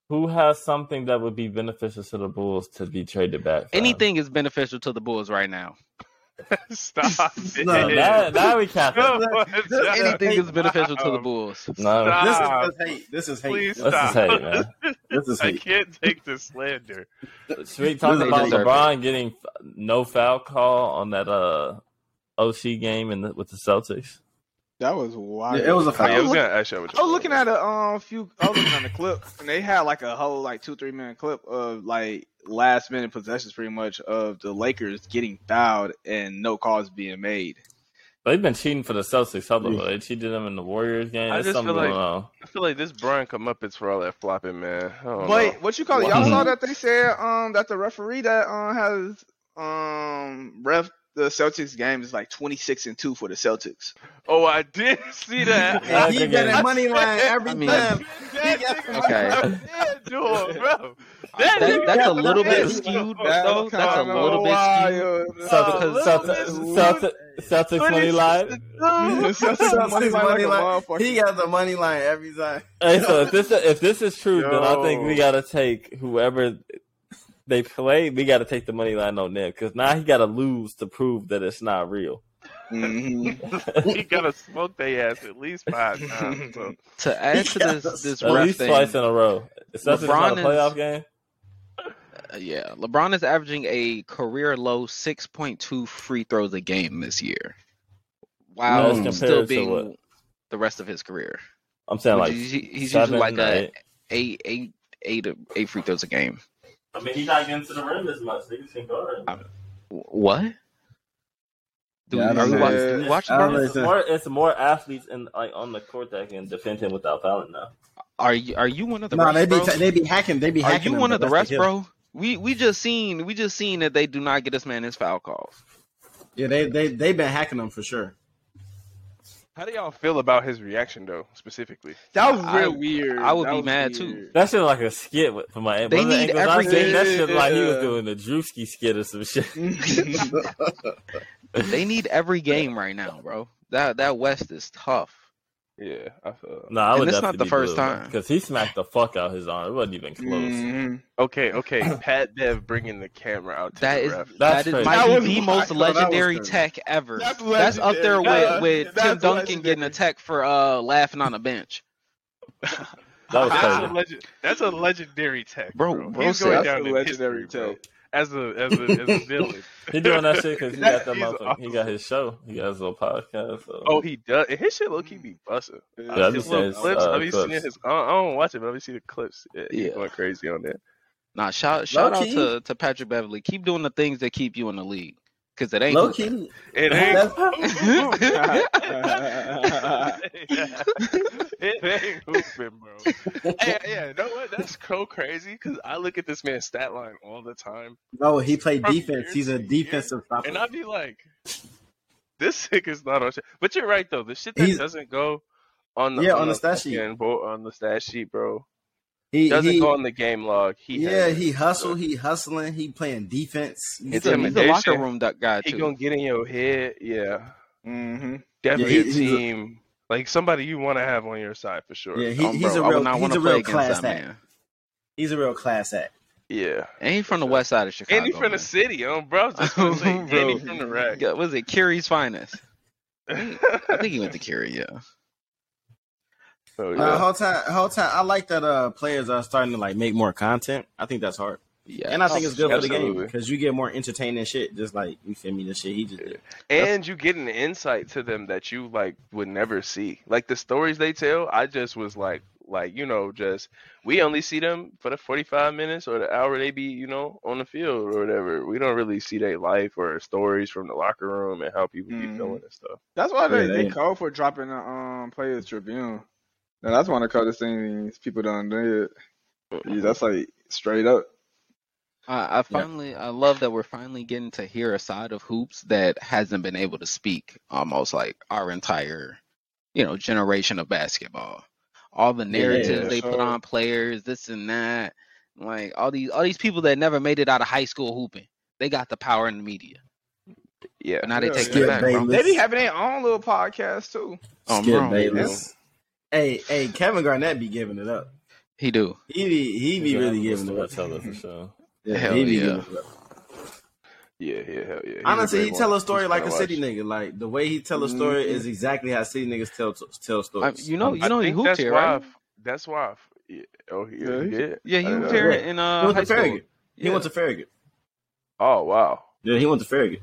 A: who has something that would be beneficial to the Bulls to be traded back? for?
D: Anything is beneficial to the Bulls right now.
E: <laughs> Stop it.
B: No,
A: Now, now we cap it.
E: Come on, <laughs>
B: That's-
E: John.
D: Anything is beneficial to the
E: Wow.
D: Bulls.
A: No,
E: Stop.
B: This is
E: Ah,
B: just hate. This is hate.
E: Please
B: This is
A: let's
E: stop.
A: just hate, man.
B: This is
E: I <laughs>
B: hate.
E: can't take the slander.
A: Sweet talking
B: They
A: about
D: deserve
A: LeBron getting f- no foul call on that uh OC game in the, with the Celtics.
C: that was wild.
B: Yeah, it was a
E: Oh, yeah, I was
B: foul.
E: gonna
D: <laughs>
E: ask you.
C: I was looking at a um few. I was looking at a clip, and they had like a whole like two three minute clip of like last minute possessions, pretty much of the Lakers getting fouled and no calls being made.
A: They've been cheating for the Celtics. Hella. They cheated them in the Warriors game.
E: I
A: There's
E: just
A: something
E: feel like-
A: going on.
E: I feel like this Brian come up is for all that flopping, man.
D: Oh,
E: I don't know.
C: But what you call it? Y'all
A: Wow.
B: <laughs>
C: saw that they said um that the referee that um has um ref the Celtics game is like twenty six and two for the Celtics.
E: Oh, I did <laughs>
D: <laughs>
E: see that.
A: Yeah,
B: he
A: again.
B: got a money line every
D: I mean-
E: <laughs>
B: time.
E: That nigga was dead, dog, bro.
D: That,
E: That nigga
D: that's a
E: was
D: little bit
E: dead.
D: skewed,
E: That
D: though.
E: was
D: Oh, That's a
E: kinda
D: little bit
C: wild.
D: skewed.
A: Celtics,
E: little
A: Celtics,
E: bit-
A: Celtics, Celtics money line.
D: <laughs>
C: Celtics money line like a motherfucker.
B: He got the money line every time.
A: Hey, so if this if this is true, then I think we
E: Yo.
A: gotta take whoever they play. We gotta take the money line on them because now he gotta lose to prove that it's not real.
C: Mhm.
E: he gotta smoke their ass at least five times. <laughs> bro.
D: To
A: <laughs>
D: add to this this
A: At
D: ref
A: least twice
D: thing,
A: in a row. It's not a
D: LeBron is-
A: playoff game.
D: uh, yeah, LeBron is averaging a career low 6.2 free throws a game this year. Wow,
B: No, it's
D: still
A: compared to
D: being
A: what?
D: the rest of his career.
A: I'm saying
D: Which
A: like
D: is- he's
A: seven,
D: usually like
A: or
D: a
A: eight.
D: eight, eight, eight, eight free throws a game.
A: I mean, he's not getting to the rim as much. Niggas can guard. him.
D: Wh- What? Do
B: Yeah, I
D: we, are we
C: don't
D: watch,
C: know.
D: do we watch
B: I don't
D: the-
B: know.
A: It's more, it's more athletes in like on the court that can defend him without fouling now.
D: Are you are you one of the
B: No,
D: refs,
B: they be
D: bro?
B: t- they be hacking. They be
D: Are
B: hacking.
D: you
B: him,
D: one of the
B: but
D: refs,
B: that's him.
D: bro? We we just seen we just seen that they do not get this man his foul calls.
B: Yeah, they they they been hacking them for sure.
E: How do y'all feel about his reaction though, specifically?
C: <laughs> That was
D: I-
C: real weird.
D: I would
C: That
D: be
C: was
D: mad,
C: weird.
D: too.
A: That shit like a skit with- for my.
D: They
A: one of the
D: need
A: angles I
D: every
A: seen, That
C: game.
A: shit like he was
C: Yeah.
A: doing the Drewski skit or some shit.
C: <laughs>
D: They need every game right now, bro. That that West is tough.
E: Yeah, I feel.
A: No, I
D: And
A: would
D: it's not the first time.
A: because he smacked the fuck out his arm. It wasn't even close.
C: Mhm.
E: Okay, okay. Pat Dev bringing the camera out to
D: That
E: the
D: is
E: ref.
A: That's
D: that is
A: crazy.
D: might
C: That
D: be
C: was
D: the
C: wild.
D: most
C: No, that was
D: legendary
B: crazy.
D: tech ever.
C: That's
D: That's, up there with,
C: legendary.
D: with
C: That's
D: Tim Duncan
C: legendary.
D: getting a tech for uh laughing on the bench.
A: That was
E: That's a, <laughs>
A: crazy.
E: legend, that's a legendary tech,
D: Bro,
E: bro.
D: bro
E: He's
D: said-
E: going
C: That's
E: down
C: a
E: in
C: legendary
E: history, bro.
C: tech.
E: As a as a as a
D: <laughs>
E: villain.
A: He doing that shit because he got that
E: He's
A: motherfucker. He got his show. He got his little podcast. So.
E: Oh, he does. His shit low key be busting.
A: Yeah, I
E: I
A: be
E: be
A: seeing his,
E: clips.
A: uh,
E: I be seeing
A: clips.
E: his. I don't- I don't watch it, but I be seeing the clips. Yeah, he
D: Yeah.
E: going crazy on that.
D: Nah, shout shout out
B: Low-key.
D: to, to Patrick Beverly. Keep doing the things that keep you in the league. Cause it ain't
B: Low key,
E: It ain't.
B: <laughs> that's,
C: <laughs>
D: <laughs>
E: <laughs> it ain't hooping, bro. Hey, yeah, you know what? That's so crazy because I look at this man's stat line all the time,
B: no, he played
E: From
B: defense.
E: year
B: He's a
E: to
B: defensive stopper.
E: and I'd be like, "This sick is not on." shit. But you're right though. The shit that
B: He's-
E: doesn't go on the
B: Yeah, on the stat sheet.
E: fucking bo- on the stat sheet, bro,
B: He,
E: doesn't
B: he
E: go on the game log. He
B: yeah,
E: has it.
B: he hustle. He hustling. He playing defense.
D: he's
E: It's
D: a,
E: him.
D: he's a locker
E: intimidation.
D: room duck guy
E: He
D: too.
E: gonna get in your head. Yeah,
C: Mhm.
E: definitely
B: Yeah, he-
E: a
B: he's a-
E: team like somebody you want to have on your side for sure.
B: Yeah,
E: Yeah,
B: he,
D: Um,
B: he's a
D: bro, I would
B: real
D: not
B: he's
D: want
B: a
D: to play
B: real
D: against
B: class
D: that
B: act.
D: man.
B: He's a real class act.
D: And he from the west side of Chicago.
E: and he from the
D: man.
E: city, um,
D: <laughs>
E: bro. I was just gonna say, and he
D: Bro.
E: from the rack.
D: Yeah, was it Curie's finest? I think he went to Curie, yeah.
E: <laughs> So, yeah.
B: Uh, whole time, whole time, I like that uh, players are starting to like make more content. I think that's hard,
D: Yeah.
B: and I think it's good for the game
E: Absolutely.
B: because you get more entertaining shit. Just like you feel me, the shit he just did.
E: and you get an insight to them that you like would never see like the stories they tell i just was like like you know just we only see them for the 45 minutes or the hour they be you know on the field or whatever we don't really see their life or stories from the locker room and how people
D: Mm-hmm.
C: Mhm.
E: be feeling and stuff
C: That's why they,
B: Yeah,
C: they
B: yeah.
C: called for dropping the um Players Tribune. Now, that's one of the coldest things people done did. Yeah, That's like straight up.
D: I, I finally, I love that we're finally getting to hear a side of hoops that hasn't been able to speak almost like our entire, you know, generation of basketball. All the narratives
E: yeah,
D: they put
E: sure.
D: on players, this and that, like all these all these people that never made it out of high school hooping, they got the power in the media,
E: yeah
D: but now they
E: Yeah,
D: taking
E: yeah.
D: it back, bro.
B: Bayless.
C: They be having their own little podcast too.
E: Oh,
D: Um,
B: Skip
D: bro,
B: Bayless. Hey, hey, Kevin Garnett be giving it up.
D: He do.
B: He be, he be
A: Yeah,
B: really
A: I'm
B: giving it
A: gonna
B: up.
A: tell her for sure.
B: Yeah,
D: Hell
B: he be
D: yeah.
B: giving it up.
E: yeah yeah hell yeah He's a
B: Honestly,
E: great
B: he
E: one.
B: tell a story
E: He's
B: like a
E: fun to
B: city
E: watch.
B: nigga. Like the way he tell a story
C: Mhm.
B: is exactly how city niggas tell tell
D: I,
B: stories.
D: you know, you
E: I
D: know, he
E: think
D: hooped
E: that's
D: here,
E: why
D: right?
E: I've- that's why I've- yeah. oh he-
C: Yeah,
E: he
C: he-
E: did
D: Yeah, he
E: I didn't
D: hooped
E: know
D: here
E: that.
D: in
B: he
D: uh,
B: went
D: high
B: to
D: school.
B: Farragut. He went to Farragut.
E: oh wow
B: Yeah, he went to Farragut.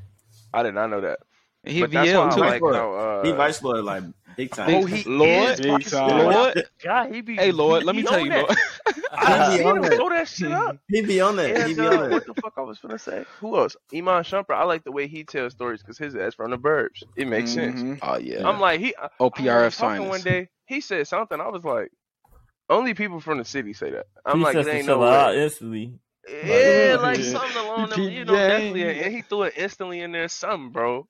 E: i did not know that
D: He
E: but that's why
D: VL
E: i
D: too.
B: Vice
E: like
B: Lord.
E: how uh, Uh,
B: He vice lord like big time. <laughs>
D: Oh,
B: Oh,
D: he
E: he
D: Lord,
E: Lord,
D: is
E: is
D: Lord.
E: God, he be.
D: Hey, Lord,
E: he
D: let me
E: be
D: tell
E: on
D: you,
E: that.
D: Lord.
E: <laughs> I
B: He
E: seen
B: be on
E: him
B: that.
E: throw that shit up.
B: he be on that. He
E: And,
B: be on
E: uh,
B: that.
E: what the fuck I was gonna say? Who else? Iman Shumpert. I like the way he tells stories because his ass from the burbs. It makes
B: Mm-hmm.
E: sense.
C: Mhm.
D: Oh yeah.
E: I'm like he. I- I heard him
D: OPRF
E: talking one
D: finest.
E: day. He said something. I was like, only people from the city say that. I'm
A: he
E: like,
A: says
E: it
A: to
E: ain't
A: chill
E: no way.
A: out "Ah, instantly.
E: Yeah,
A: Like-
E: like something along them, you know,
D: Yeah.
E: definitely. And he threw it instantly in there, something, bro.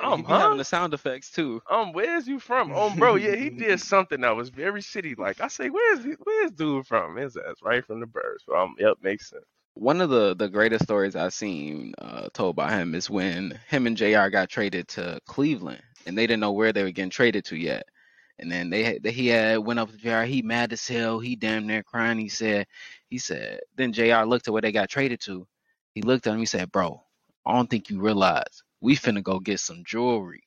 D: Oh,
E: Um,
D: he be having
E: huh?
D: the sound effects too.
E: Um, where's you from? Oh, bro, yeah, he did something that was very city like. I say, where's he, where's dude from? His ass right from the birds. But um, yep, makes sense.
D: One of the the greatest stories I've seen uh, told by him is when him and Jr. got traded to Cleveland, and they didn't know where they were getting traded to yet. And then they, had- they he had went up to Jr. He mad as hell. He damn near crying. He said, he said. Then Jr. looked at where they got traded to. He looked at him. He said, "Bro, I don't think you realize we finna go get some jewelry."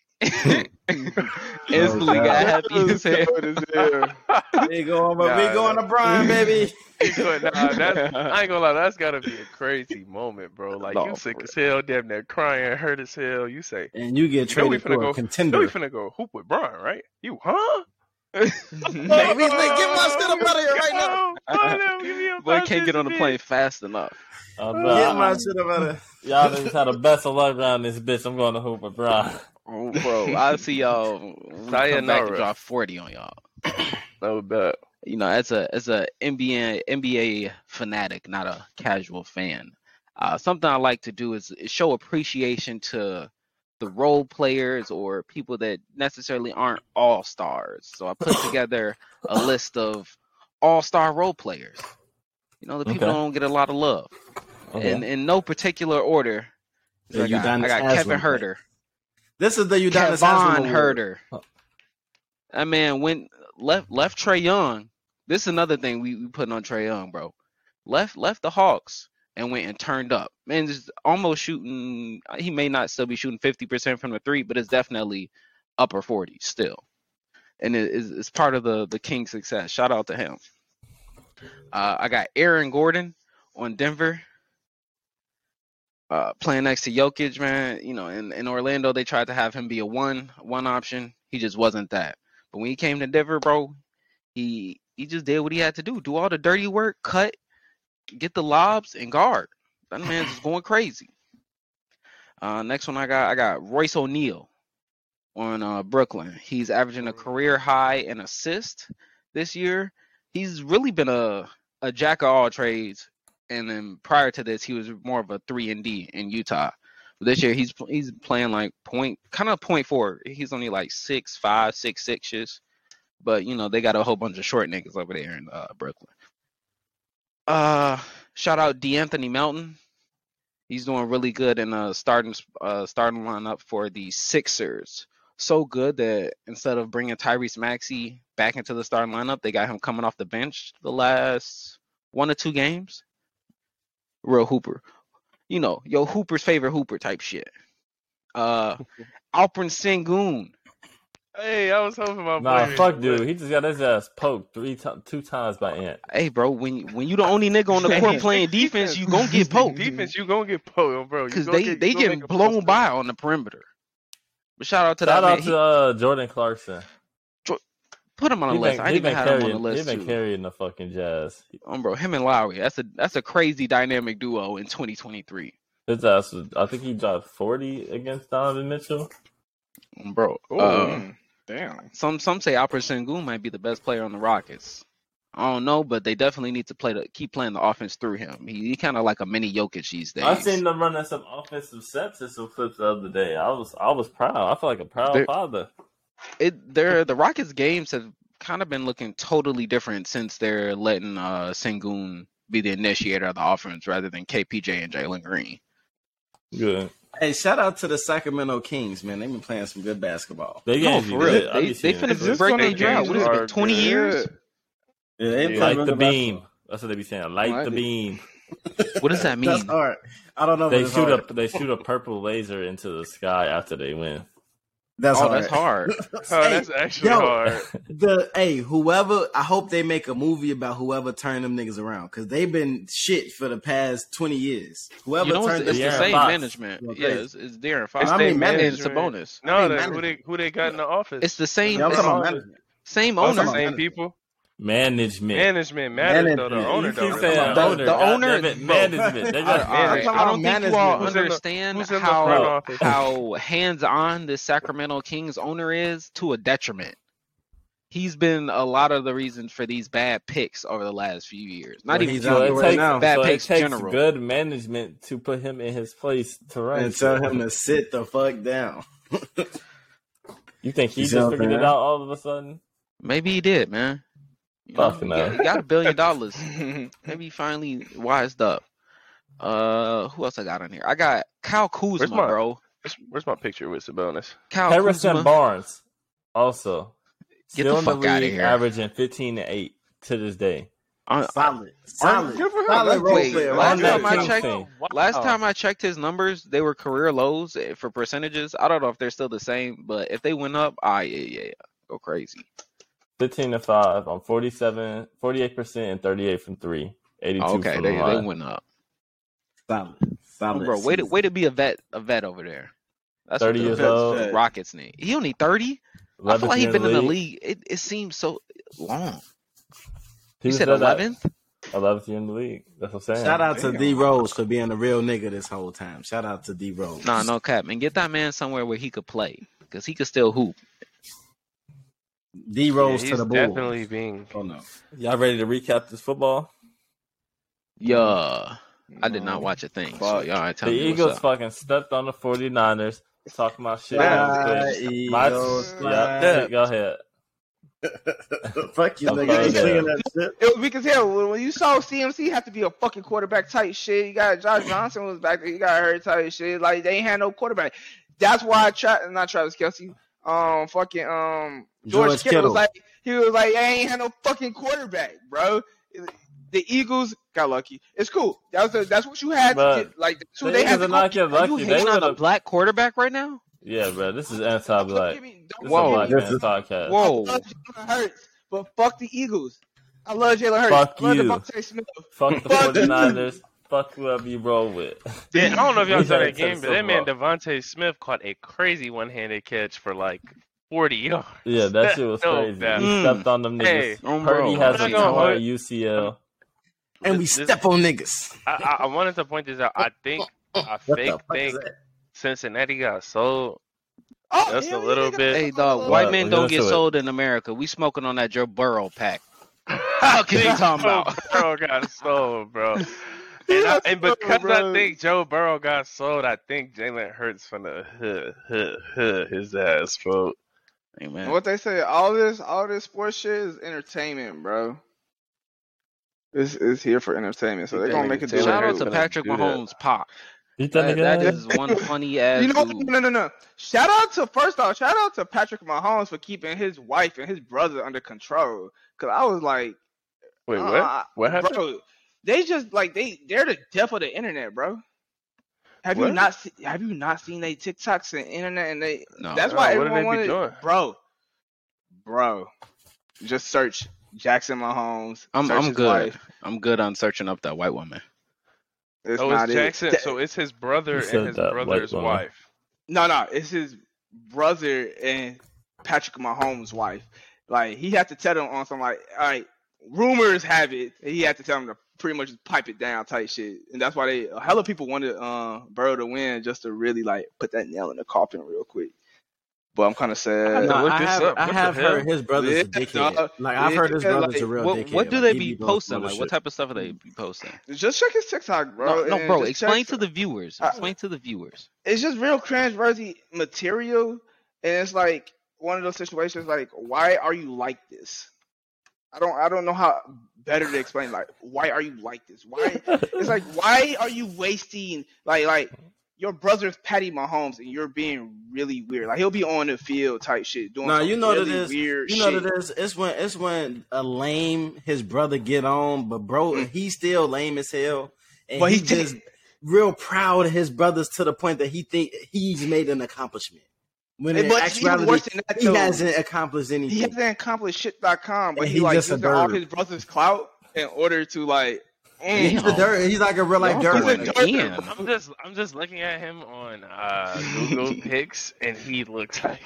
C: <laughs>
D: Mm-hmm. Instantly got happy as hell.
C: Cold as <laughs> hell.
B: Big on, but
E: Nah,
B: big on
E: nah.
B: to Brian, baby.
E: He good. Nah,
C: <laughs>
D: <laughs>
E: that's, I ain't gonna lie, that's gotta be a crazy moment, bro. Like
D: No,
E: you sick
D: for
E: as hell, damn near crying, hurt as hell. You say,
B: And you get
E: You know we
B: traded
E: finna
B: for a
E: go- "No, we
B: contender.
E: finna go hoop with Brian, right?" You, huh?
B: Baby, like, get my shit up out of here right now.
E: now.
D: Boy can't get on the plane fast enough.
A: Oh,
B: Get
A: nah.
B: my shit up out of here.
A: Y'all just had the best of luck around this bitch. I'm going to hoop with Brian.
D: Oh,
E: <laughs>
D: bro, I'll see y'all. when we Come back and
E: Sayonara.
D: drop forty on y'all.
E: No bet.
D: You know, as a as a NBA NBA fanatic, not a casual fan. Uh, something I like to do is is show appreciation to the role players or people that necessarily aren't all stars. So I put together a list of all star role players. You know, the people
A: Okay.
D: don't get a lot of love. in, in no particular order.
B: The
D: So I got, I
B: Udonis
D: got Kevin
B: Haslem.
D: Herter,
B: This is the Udonis
D: Kevon
B: Haslem
D: Herter.
A: Oh.
D: That man went left left Trey Young. This is another thing we, we putting on Trey Young, bro. Left left the Hawks and went and turned up. Man, just almost shooting. He may not still be shooting fifty percent from the three, but it's definitely upper forty still. And it is it's part of the the King success. Shout out to him. Uh, I got Aaron Gordon on Denver. uh, playing next to Jokic, man, you know, in, in Orlando they tried to have him be a one one option. He just wasn't that. But when he came to Denver, bro, he he just did what he had to do. Do all the dirty work, cut, get the lobs, and guard. That man's just going crazy. Uh, next one I got I got Royce O'Neal on uh, Brooklyn. He's averaging a career high in assist this year. He's really been a a jack of all trades and then prior to this, he was more of a three and D in Utah. But this year, he's he's playing like point, kind of point four. He's only like six five, six sixes, but you know they got a whole bunch of short niggas over there in uh, Brooklyn. Uh, shout out D'Anthony Melton. He's doing really good in uh starting uh starting lineup for the Sixers. So good that instead of bringing Tyrese Maxey back into the starting lineup, they got him coming off the bench the last one or two games real hooper. You know, your hooper's favorite hooper type shit. Uh Alprin Sengun.
E: Hey, I was hoping my
A: Nah,
E: boy-
A: fuck dude. He just got his ass poked three times, two times by Ant.
D: Hey bro, when when you the only nigga on the
E: <laughs>
D: court playing defense, you gonna get poked.
E: Defense, you gonna get poked, bro. You
D: Mm-hmm. Cause
E: gonna
D: they
E: get,
D: they
E: you gonna
D: getting
E: make a
D: blown
E: poster.
D: by on the perimeter. But shout out to
A: Shout
D: that man.
A: out
D: He-
A: to uh, Jordan Clarkson.
D: put him on
A: He
D: the list.
A: been,
D: I
A: he
D: didn't even
A: been
D: have him on the
A: carrying, he
D: list
A: been
D: too.
A: carrying the fucking Jazz.
D: Um, bro, him and Lowry. That's a that's a crazy dynamic duo in 2023.
A: His ass was, I think he dropped 40 against Donovan Mitchell.
D: Um, bro,
C: Ooh,
E: Oh,
D: uh,
C: damn. <laughs>
D: Some some say Alperen Sengun might be the best player on the Rockets. I don't know, but they definitely need to play the keep playing the offense through him. He, he kind of like a mini Jokic these days.
A: I seen them running some offensive sets and some flips the other day. I was I was proud. I feel like a proud
D: They're-
A: father.
D: it their the Rockets games have kind of been looking totally different since they're letting uh Sengun be the initiator of the offense rather than KPJ and Jalen Green.
A: Good.
B: Hey, shout out to the Sacramento Kings, man. They've been playing some good basketball.
A: They
D: No,
A: games be
D: for real.
A: good. I
D: They
A: be
D: they
A: seeing
D: finna
A: it.
C: Is this
D: break
C: one of
D: their
C: the
D: drought.
C: games
D: What has it
E: are
D: been? Twenty
E: good.
D: years?
B: Yeah, they been playing
E: Yeah.
A: Light
B: real
A: the
B: good basketball.
A: beam. That's what they be saying. Light
E: Light
A: the
E: it.
A: beam.
D: What does that mean?
B: That's hard. I don't know.
A: They
B: but it's
A: shoot
B: hard.
A: a they shoot a purple laser into the sky after they win.
B: That's
D: oh,
B: hard. <laughs>
D: that's hard.
E: Oh,
B: Hey,
E: that's actually
B: yo,
E: hard.
B: The hey, whoever. I hope they make a movie about whoever turned them niggas around because they've been shit for the past twenty years. Whoever
D: you know, it's,
B: turned
D: it's
B: them
D: the
A: De'Aaron
B: niggas
D: same
B: around.
A: Fox.
D: management.
B: Well,
D: Yeah,
B: crazy.
D: it's, it's Darren
E: It's
D: Fox
B: I mean,
E: they
D: and
B: management.
E: management.
D: Sabonis.
E: No,
B: They
E: they, who they who they got in the office?
D: It's the same.
B: Y'all
D: it's
B: talking about
E: It's-
B: management?
D: Same
B: Oh,
E: It's
B: talking
D: owner.
E: the
B: about
E: same
B: management.
E: people.
A: Management.
E: Management matters though. The
B: Management.
E: owner
A: You keep
E: don't.
A: saying
B: about the-
A: owner.
D: the
A: God
D: owner-
A: damn it,
D: bro.
A: management. They
B: All
A: got
B: right, all right.
E: Management.
D: I
B: Talking
D: don't
B: about
D: think you all
B: management.
E: Who's in the-
D: understand
E: Who's in the front
D: how
E: office?
D: how hands on this Sacramento Kings owner is to a detriment. He's been a lot of the reason for these bad picks over the last few years. Not
B: Well,
D: even
B: he's
D: few
B: out
A: so
B: there
A: it
D: years.
B: right
A: takes,
B: now.
D: Bad
A: so it
D: picks
A: takes
D: general.
A: good management to put him in his place to run.
B: and
A: shit.
B: tell him to sit the fuck
D: <laughs>
B: down.
A: You think he
B: You see
A: just
B: what I'm
A: figured it
B: saying?
A: out all of a sudden?
D: Maybe he did, man. You know,
A: Fuck
D: he
A: no.
D: got, he got a billion dollars.
E: Where's
D: Maybe he finally wised up. Uh, who else I got on here? I got Kyle Kuzma,
E: my-
D: bro.
E: where's my picture with Sabonis?
D: Kyle
A: Harrison
D: Oh, Kuzma.
A: Barnes also
D: Get
A: still
D: the
A: in the
D: fuck outta
A: league,
D: here.
A: averaging fifteen to eight to this day.
D: I-
B: Solid, solid,
E: Good for him.
B: solid
E: That's
B: role
E: decent.
B: player. Right
D: Wait,
A: On
D: last
B: there.
A: that
D: time I
A: Kings
D: checked,
A: team,
D: Last
E: Wow.
D: time I checked his numbers, they were career lows eh, for percentages. I don't know if they're still the same, but if they went up, ah, yeah, yeah, yeah, go crazy.
A: fifteen to five on 47, 48 percent, and thirty-eight from three. Eighty-two
D: Okay,
A: from
D: they
A: the
D: they
A: line.
D: went up.
B: solid,
D: Oh,
B: solid.
D: bro, way to
B: season.
D: way to be a vet, a vet over there. That's what
A: 30
D: the
A: years
D: the
A: old.
D: Rockets need. He only thirty. I feel like he's
A: Leatherton
D: been in the league. It, it seems so long.
A: He
D: you
A: was
D: said
A: at that-
D: 11th?
A: 11th year in the league. That's what I'm saying.
B: Shout out to
C: Damn.
B: D Rose for being a real nigga this whole time. Shout out to D Rose.
D: Nah, no cap. And get that man somewhere where he could play because he could still hoop.
B: D Rose to
E: he's
B: the Bulls.
E: definitely being.
B: Oh no.
A: Y'all ready to recap this football?
D: Yeah. I did
C: No.
D: not watch a thing. So
C: Mm. Fuck.
D: y'all right, tell
A: the
D: me
A: Eagles
D: what's up.
A: fucking stepped on the 49ers. Talking about shit.
B: Fly,
A: that was crazy. My-
B: Eagles,
A: yeah,
B: fly.
A: go ahead.
B: <laughs> Fuck you,
A: I'm
B: nigga. I ain't
A: fine,
B: singing
A: yeah.
B: that shit.
C: It was because yeah, when, when you saw CMC have to be a fucking quarterback type shit, you got Josh Johnson was back there, you got her type shit. Like they ain't had no quarterback. That's why I tra- not Travis Kelsey, um, fucking um, George,
B: George
C: Kittle
B: Kittle.
C: was like he was like they ain't had no fucking quarterback, bro. The Eagles got lucky. It's cool. That was the, that's what you had
A: But
C: to get. Like that's who
A: the
C: they had
A: Eagles
C: to
A: are
C: go
A: not
C: get.
A: getting
D: Are you
A: lucky. They
D: hating on a
A: would
D: black quarterback right now?
A: Yeah, bro. This is
C: Don't
A: anti-black.
C: give
A: This
C: me-
A: is a
C: don't
B: Whoa.
A: black
C: give me-
B: This
A: man
B: is-
A: podcast.
D: Whoa.
C: I love Jalen Hurts, but fuck the Eagles. I love Jalen Hurts.
A: Fuck
C: I love
A: you.
C: Devontae Smith.
A: Fuck the
C: Fuck you.
A: 49ers. Fuck whoever you roll with. <laughs>
E: Yeah, I don't know if y'all
A: We
E: saw
A: gotta
E: that
A: take
E: game, but
A: some
E: that man
A: off.
E: Devontae Smith caught a crazy one-handed catch for like 40 yards.
A: Yeah,
E: <laughs>
A: that shit was
E: No
A: crazy. He
E: doubt.
D: Mm.
A: stepped on them niggas.
E: Hey,
D: Um,
A: Purdy has
E: I'm
A: a
E: not gonna
A: torn
E: hurt-
A: UCL.
B: And we
E: This- this-
B: step on niggas.
E: I, I, I wanted to point this out. I think I
B: <laughs> What the
E: fake
B: fuck is
E: think
B: that?
E: Cincinnati got sold. <laughs>
C: Oh,
E: That's a
C: hell yeah,
E: little
C: they got
E: bit-
C: the
D: Hey,
C: fuck
D: dog,
A: What?
D: white
C: out.
D: men
A: We
D: don't
A: into
D: get
A: it.
D: sold in America. We smoking on that Joe Burrow <laughs> pack. Fuck is you talking about?
E: Joe Burrow got sold, bro. And, I, and
C: That's
E: because
C: bro.
E: I think Joe Burrow got sold, I think Jalen Hurts finna huh, huh, huh, his ass, bro.
D: Hey,
C: And
D: man.
C: What they say, all this, all this sports shit is entertainment, bro. It's, it's here for entertainment, so they're gonna make it do
E: Taylor
D: Shout out
E: Hurts
D: to
E: finna
C: that.
D: Patrick
E: do that.
D: Mahomes' pop.
A: Beat that
D: That, that
A: nigga.
D: is <laughs> one funny ass
C: You know,
D: dude.
C: no, no, no. Shout out to first off, shout out to Patrick Mahomes for keeping his wife and his brother under control. Cause I was like,
E: Wait, what?
C: uh,
E: what happened?
C: bro, they just like they they're the death of the internet, bro. Have you
E: What?
C: not se- have you not seen they TikToks and internet and they
D: No.
C: That's
E: No,
C: why
E: what do
C: everyone
E: they
C: wanted,
E: be doing?
C: bro. Bro, just search Jackson Mahomes.
D: I'm
C: search
D: I'm
C: his
D: good.
C: wife.
D: I'm good on searching up that white woman.
C: <laughs> It's
E: oh,
C: not
E: it's
C: it.
E: Jackson.
C: Th-
E: So it's his brother
A: You said
E: and his
A: that white
E: brother's
A: woman.
E: wife.
C: no, no, it's his brother and Patrick Mahomes' wife. Like he had to tell them on some like, all right, rumors have it. He had to tell them to pretty much just pipe it down, type shit. And that's why they a hella people wanted uh, Burrow to win just to really like put that nail in the coffin real quick. But I'm kind of sad.
E: to
B: No,
E: look
B: I
E: this
B: have,
E: up.
B: I
E: What the
B: have
E: hell?
B: heard his brother's a
C: Yeah,
B: dickhead.
C: dog.
B: Like I've heard his
C: Yeah,
B: brother's
C: like-
B: a real
D: What
B: dickhead.
D: what do
B: Like,
D: they
B: he
D: be
B: doing
D: posting?
B: other
D: Like what
B: shit.
D: type of stuff are they be posting?
C: Just check his TikTok, bro.
D: No, no,
C: and
D: bro.
C: just check
D: Explain to
C: some-
D: the viewers.
C: I-
D: Explain to the viewers.
C: it's just real cringeworthy material, and it's like one of those situations. Like, why are you like this? I don't, I don't know how better to explain. Like, why are you like this? Why? It's like, why are you wasting like, like your brother's Patty Mahomes, and you're being really weird. Like, he'll be on the field type shit, doing
B: Nah,
C: some
B: you know what
C: really
B: it is.
C: weird
B: You know
C: shit.
B: what it is. It's when it's when a lame his brother get on, but bro,
C: Mm.
B: he's still lame as hell, and
C: But
B: he,
C: he did-
B: just real proud of his brothers to the point that he think he's made an accomplishment. When in
C: but he's worse
B: actuality,
C: than that.
B: he
C: though.
B: hasn't accomplished anything.
C: he hasn't accomplished shit.com, but
B: And
C: he,
B: he
C: like
B: just a
C: using all
B: bird.
C: his brother's clout in order to like.
D: Yeah,
C: mm.
B: he's a dirt. He's like a real life
D: Y'all
B: dirt.
D: going
C: He's a dirt.
D: again.
E: I'm just, I'm just looking at him on uh, Google Pics, and he looks like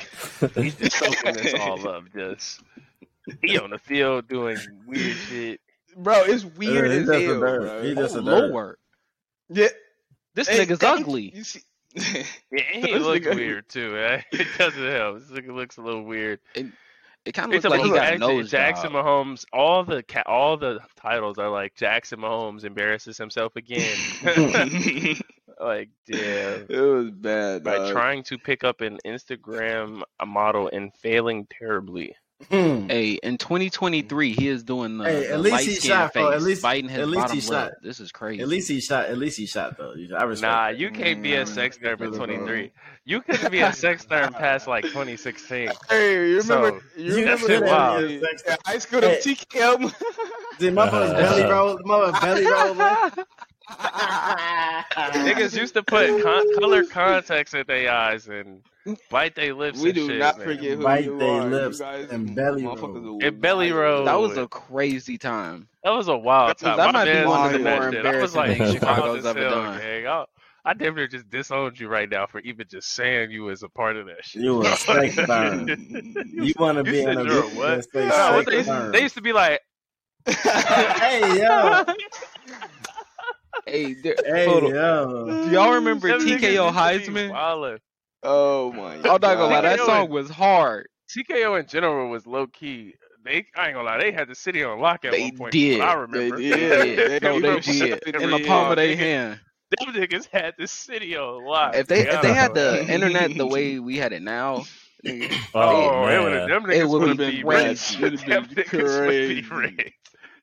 E: he's just soaking this
C: <laughs>
E: all up. Just he on the field doing weird shit.
C: Bro, it's weird
B: Yeah, he
C: as
B: just a
C: hell.
B: nerd.
C: Bro.
B: He
D: Oh
B: just a nerd.
D: lord,
C: yeah,
D: this
C: hey,
D: nigga's
C: that-
D: ugly.
C: You see, <laughs>
E: Yeah, and he
C: This
E: looks
C: nigga-
E: weird too. eh? <laughs> It doesn't help. This nigga looks a little weird.
D: It kind of
E: It's
D: looks like he got a
E: Jackson,
D: nose
E: Jackson
D: job.
E: Mahomes. All the ca- all the titles are like Jackson Mahomes embarrasses himself again. <laughs> like damn.
C: it was bad.
E: By
C: dog.
E: trying to pick up an Instagram model and failing terribly.
B: Hmm.
D: Hey, in 2023, he is doing the,
B: Hey, at
D: the
B: least
D: light
B: he
D: skin
B: shot,
D: face,
B: bro. At least-
D: biting his
B: at least
D: bottom
B: he
D: lip.
B: shot.
D: This is crazy.
B: At least he shot. At least he shot though. I respect.
E: Nah,
B: that.
E: you can't be a
C: Mm,
E: sex
C: I
E: term
C: feel
E: at
C: it, bro.
E: 23. You couldn't be a sex term
C: <laughs>
E: past like 2016.
C: Hey, you remember?
E: So,
C: you
B: you
C: remember
E: said
C: that
E: wow.
C: in high school them
B: Hey.
C: TKM?
B: Did motherfuckers belly roll? Mother
C: <laughs>
B: belly rolling.
E: <laughs> Niggas used to put con- color contacts in their eyes and bite their lips
C: we
E: and
C: do
E: shit,
C: not
E: man.
C: forget who
B: Bite
C: you
B: they
C: are. You
B: lips
C: guys,
B: and belly
C: motherfuckers
B: roll.
C: will
E: And belly
C: not- <laughs>
E: roll.
D: that was a crazy time.
E: That was a wild
D: That was-
E: time.
D: that
E: My
D: might be
E: man
C: one of
E: was
C: the
E: in that
C: more
E: shit. I was
D: embarrassing
E: like,
D: things
E: wild
D: Chicago's
E: as
D: ever
E: hell,
D: done.
E: gang. I, I damn near just disowned you right now for even just saying you was a part of that shit.
B: You were a
E: <laughs>
B: sex burn. You want to
E: You
B: be in
E: said
B: a
E: you're a
B: business
E: what?
B: that say
E: No,
B: sex
E: they, used,
B: burn.
E: they <laughs> used to be like,
B: <laughs> hey yo,
D: Hey, there,
B: <laughs> hey
D: hold on.
B: yo.
D: Do y'all remember
E: "Them niggas
D: TKO
E: used to be
D: Heisman?
E: wildin'."
C: <laughs> Oh
D: <laughs>
C: my
D: I'm not gonna lie, that
E: TKO
D: song was hard.
E: TKO in general was low key. They, I ain't gonna lie, they had the city on lock at
D: They
E: one point.
D: did.
E: from what I
C: They
E: remember.
C: did.
E: <laughs> They
D: No, they
E: remember
D: did.
E: what
D: In the
E: did.
D: palm of
E: They
D: their
E: could- <laughs>
D: hand.
E: Them niggas had the city on lock.
D: If they if they had the
C: Yeah.
D: internet the
E: <laughs>
D: way we had it now, nigga,
A: <laughs> Oh,
E: Oh, it would
A: man.
E: have them
D: It
E: niggas
D: would
E: would have
D: be crazy.
E: been
D: <laughs>
E: rich.
C: It would've
E: <laughs> Them
C: been
E: niggas would
C: crazy.
E: be rich.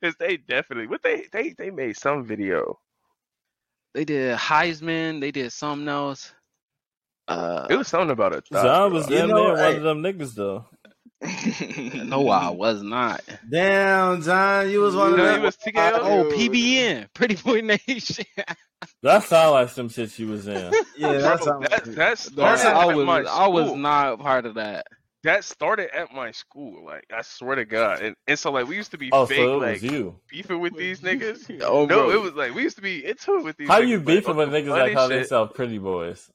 E: 'Cause they definitely what they they they made some video.
D: they did Heisman, they did something else. Uh,
E: It was something about a thought.
A: Zion was
B: You
A: damn
B: know,
A: near one
B: hey.
A: of them niggas though.
C: <laughs>
D: no, I was not.
B: Damn, John, you was one of
C: No,
E: No,
B: them.
E: he was TKO.
D: Oh,
C: Dude.
D: PBN, Pretty Boy Nation. <laughs>
A: That sound like some shit she was
E: <laughs>
A: in.
B: yeah, that's
E: Bro, that, that started
B: That's-
D: I
E: at my
D: was I was
E: school.
D: not part of that.
E: That started at my school. Like I swear to God, and, and so like we used to be
A: Oh,
E: fake
A: so it
E: like
A: was you.
E: beefing with these niggas.
D: Oh,
E: No,
D: bro.
E: it was like we used to be into it with these.
A: How
E: niggas,
A: you
E: like, oh,
A: beefing
E: on
A: with
E: some
A: niggas
E: funny
A: like how they
E: shit.
A: sell pretty
E: <laughs>
A: boys?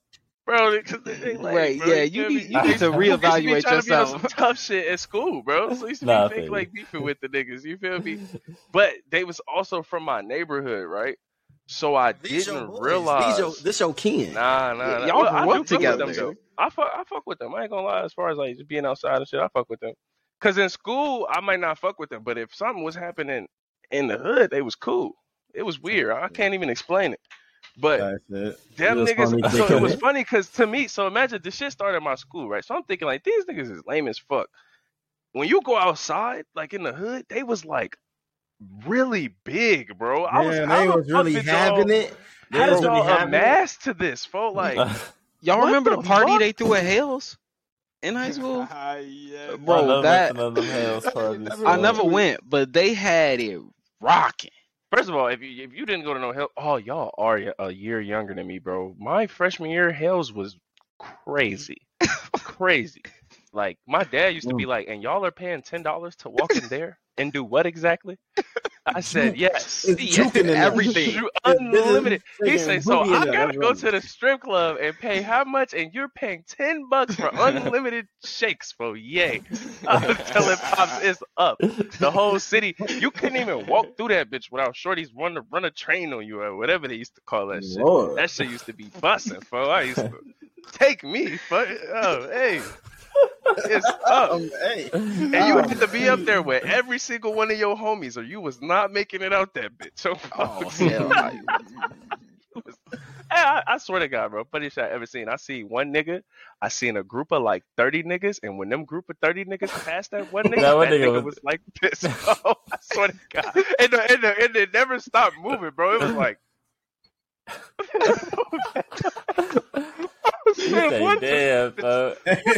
E: bro. Because they, they like,
D: right,
E: bro,
D: yeah, you
E: you, feel
D: need,
E: me?
D: you need to
E: They used to be
D: reevaluate
E: trying to be on
D: yourself.
E: some tough shit at school,
D: <laughs>
E: bro. So it used to
A: Nah, I
E: be fake
A: feel
E: like
A: you.
E: beefing with the niggas. You feel me?
A: <laughs>
E: But they was also from my neighborhood, right? So I
B: These your
E: didn't
B: boys. These your
E: realize.
B: this your kin.
E: Nah, nah, nah.
D: Y'all
E: Well, I
D: grew
E: do
D: up
E: fuck with them
D: together.
E: though. I fuck, I fuck with them. I ain't gonna lie. As far as like just being outside and shit, I fuck with them. Cause in school, I might not fuck with them, but if something was happening in the hood, they was cool. It was weird. I can't even explain it. But
B: That's it.
E: them
B: Just
E: niggas.
B: funny
E: So it was
B: kid.
E: funny because to me, so imagine this shit started at my school, right? So I'm thinking like these niggas is lame as fuck. When you go outside, like in the hood, they was like really big, bro. I was,
B: Yeah,
E: how
B: they
E: the
B: was
E: fuck
B: really
E: did y'all,
B: having it. They
E: how did
B: was really
E: y'all
B: having it.
E: amass to this, fo? Like,
D: Y'all
E: What
D: remember the
E: the
D: party
E: fuck?
D: they threw at Hales
C: <laughs>
D: in high school?
C: yes.
A: I never
D: Bro,
A: went
D: that-
A: to none of them
E: <laughs>
A: house parties.
C: I
A: so-
D: I
C: Bro.
A: <laughs>
D: never went, but they had it rocking.
E: first of all, if you if you didn't go to no hell, oh y'all are y- a year younger than me, bro. My freshman year, hells was crazy, crazy. Like my dad used to be like, and y'all are paying ten dollars to walk in there and do what exactly? I said yes.
B: It's juking in there.
D: everything.
E: Ju-
B: <laughs> This is
E: Unlimited. He
B: freaking
E: said, so
B: booty in
E: I
B: there.
E: gotta
B: That's
E: go
B: right.
E: to the strip club and pay how much? And you're paying ten
B: <laughs>
E: bucks for unlimited shakes, bro. Yay. I was telling Pops it's up. The whole city. You couldn't even walk through that bitch without shorties run to run a train on you or whatever they used to call that shit.
B: Lord.
E: That shit used to be busting, bro. I used to take me, fuck. Oh, hey, it's up.
B: Um,
E: <laughs>
B: hey.
E: And you
B: Oh.
E: had to be up there with every single one of your homies, or you was not making it out that bitch. <laughs> So,
D: Oh hell no! you wouldn't.
E: I, I swear to God, bro, funniest shit I ever seen. I see one nigga, I seen a group of like thirty niggas, and when them group of thirty niggas passed that one
A: <laughs>
E: nigga,
A: That one
E: that
A: nigga
E: nigga
A: was-
E: was, like this. <laughs> Bro. I swear to God, and the, and, the, and it never stopped moving, bro. It was like. I
A: You
E: said,
A: say
E: what the <laughs>
A: damn, bro.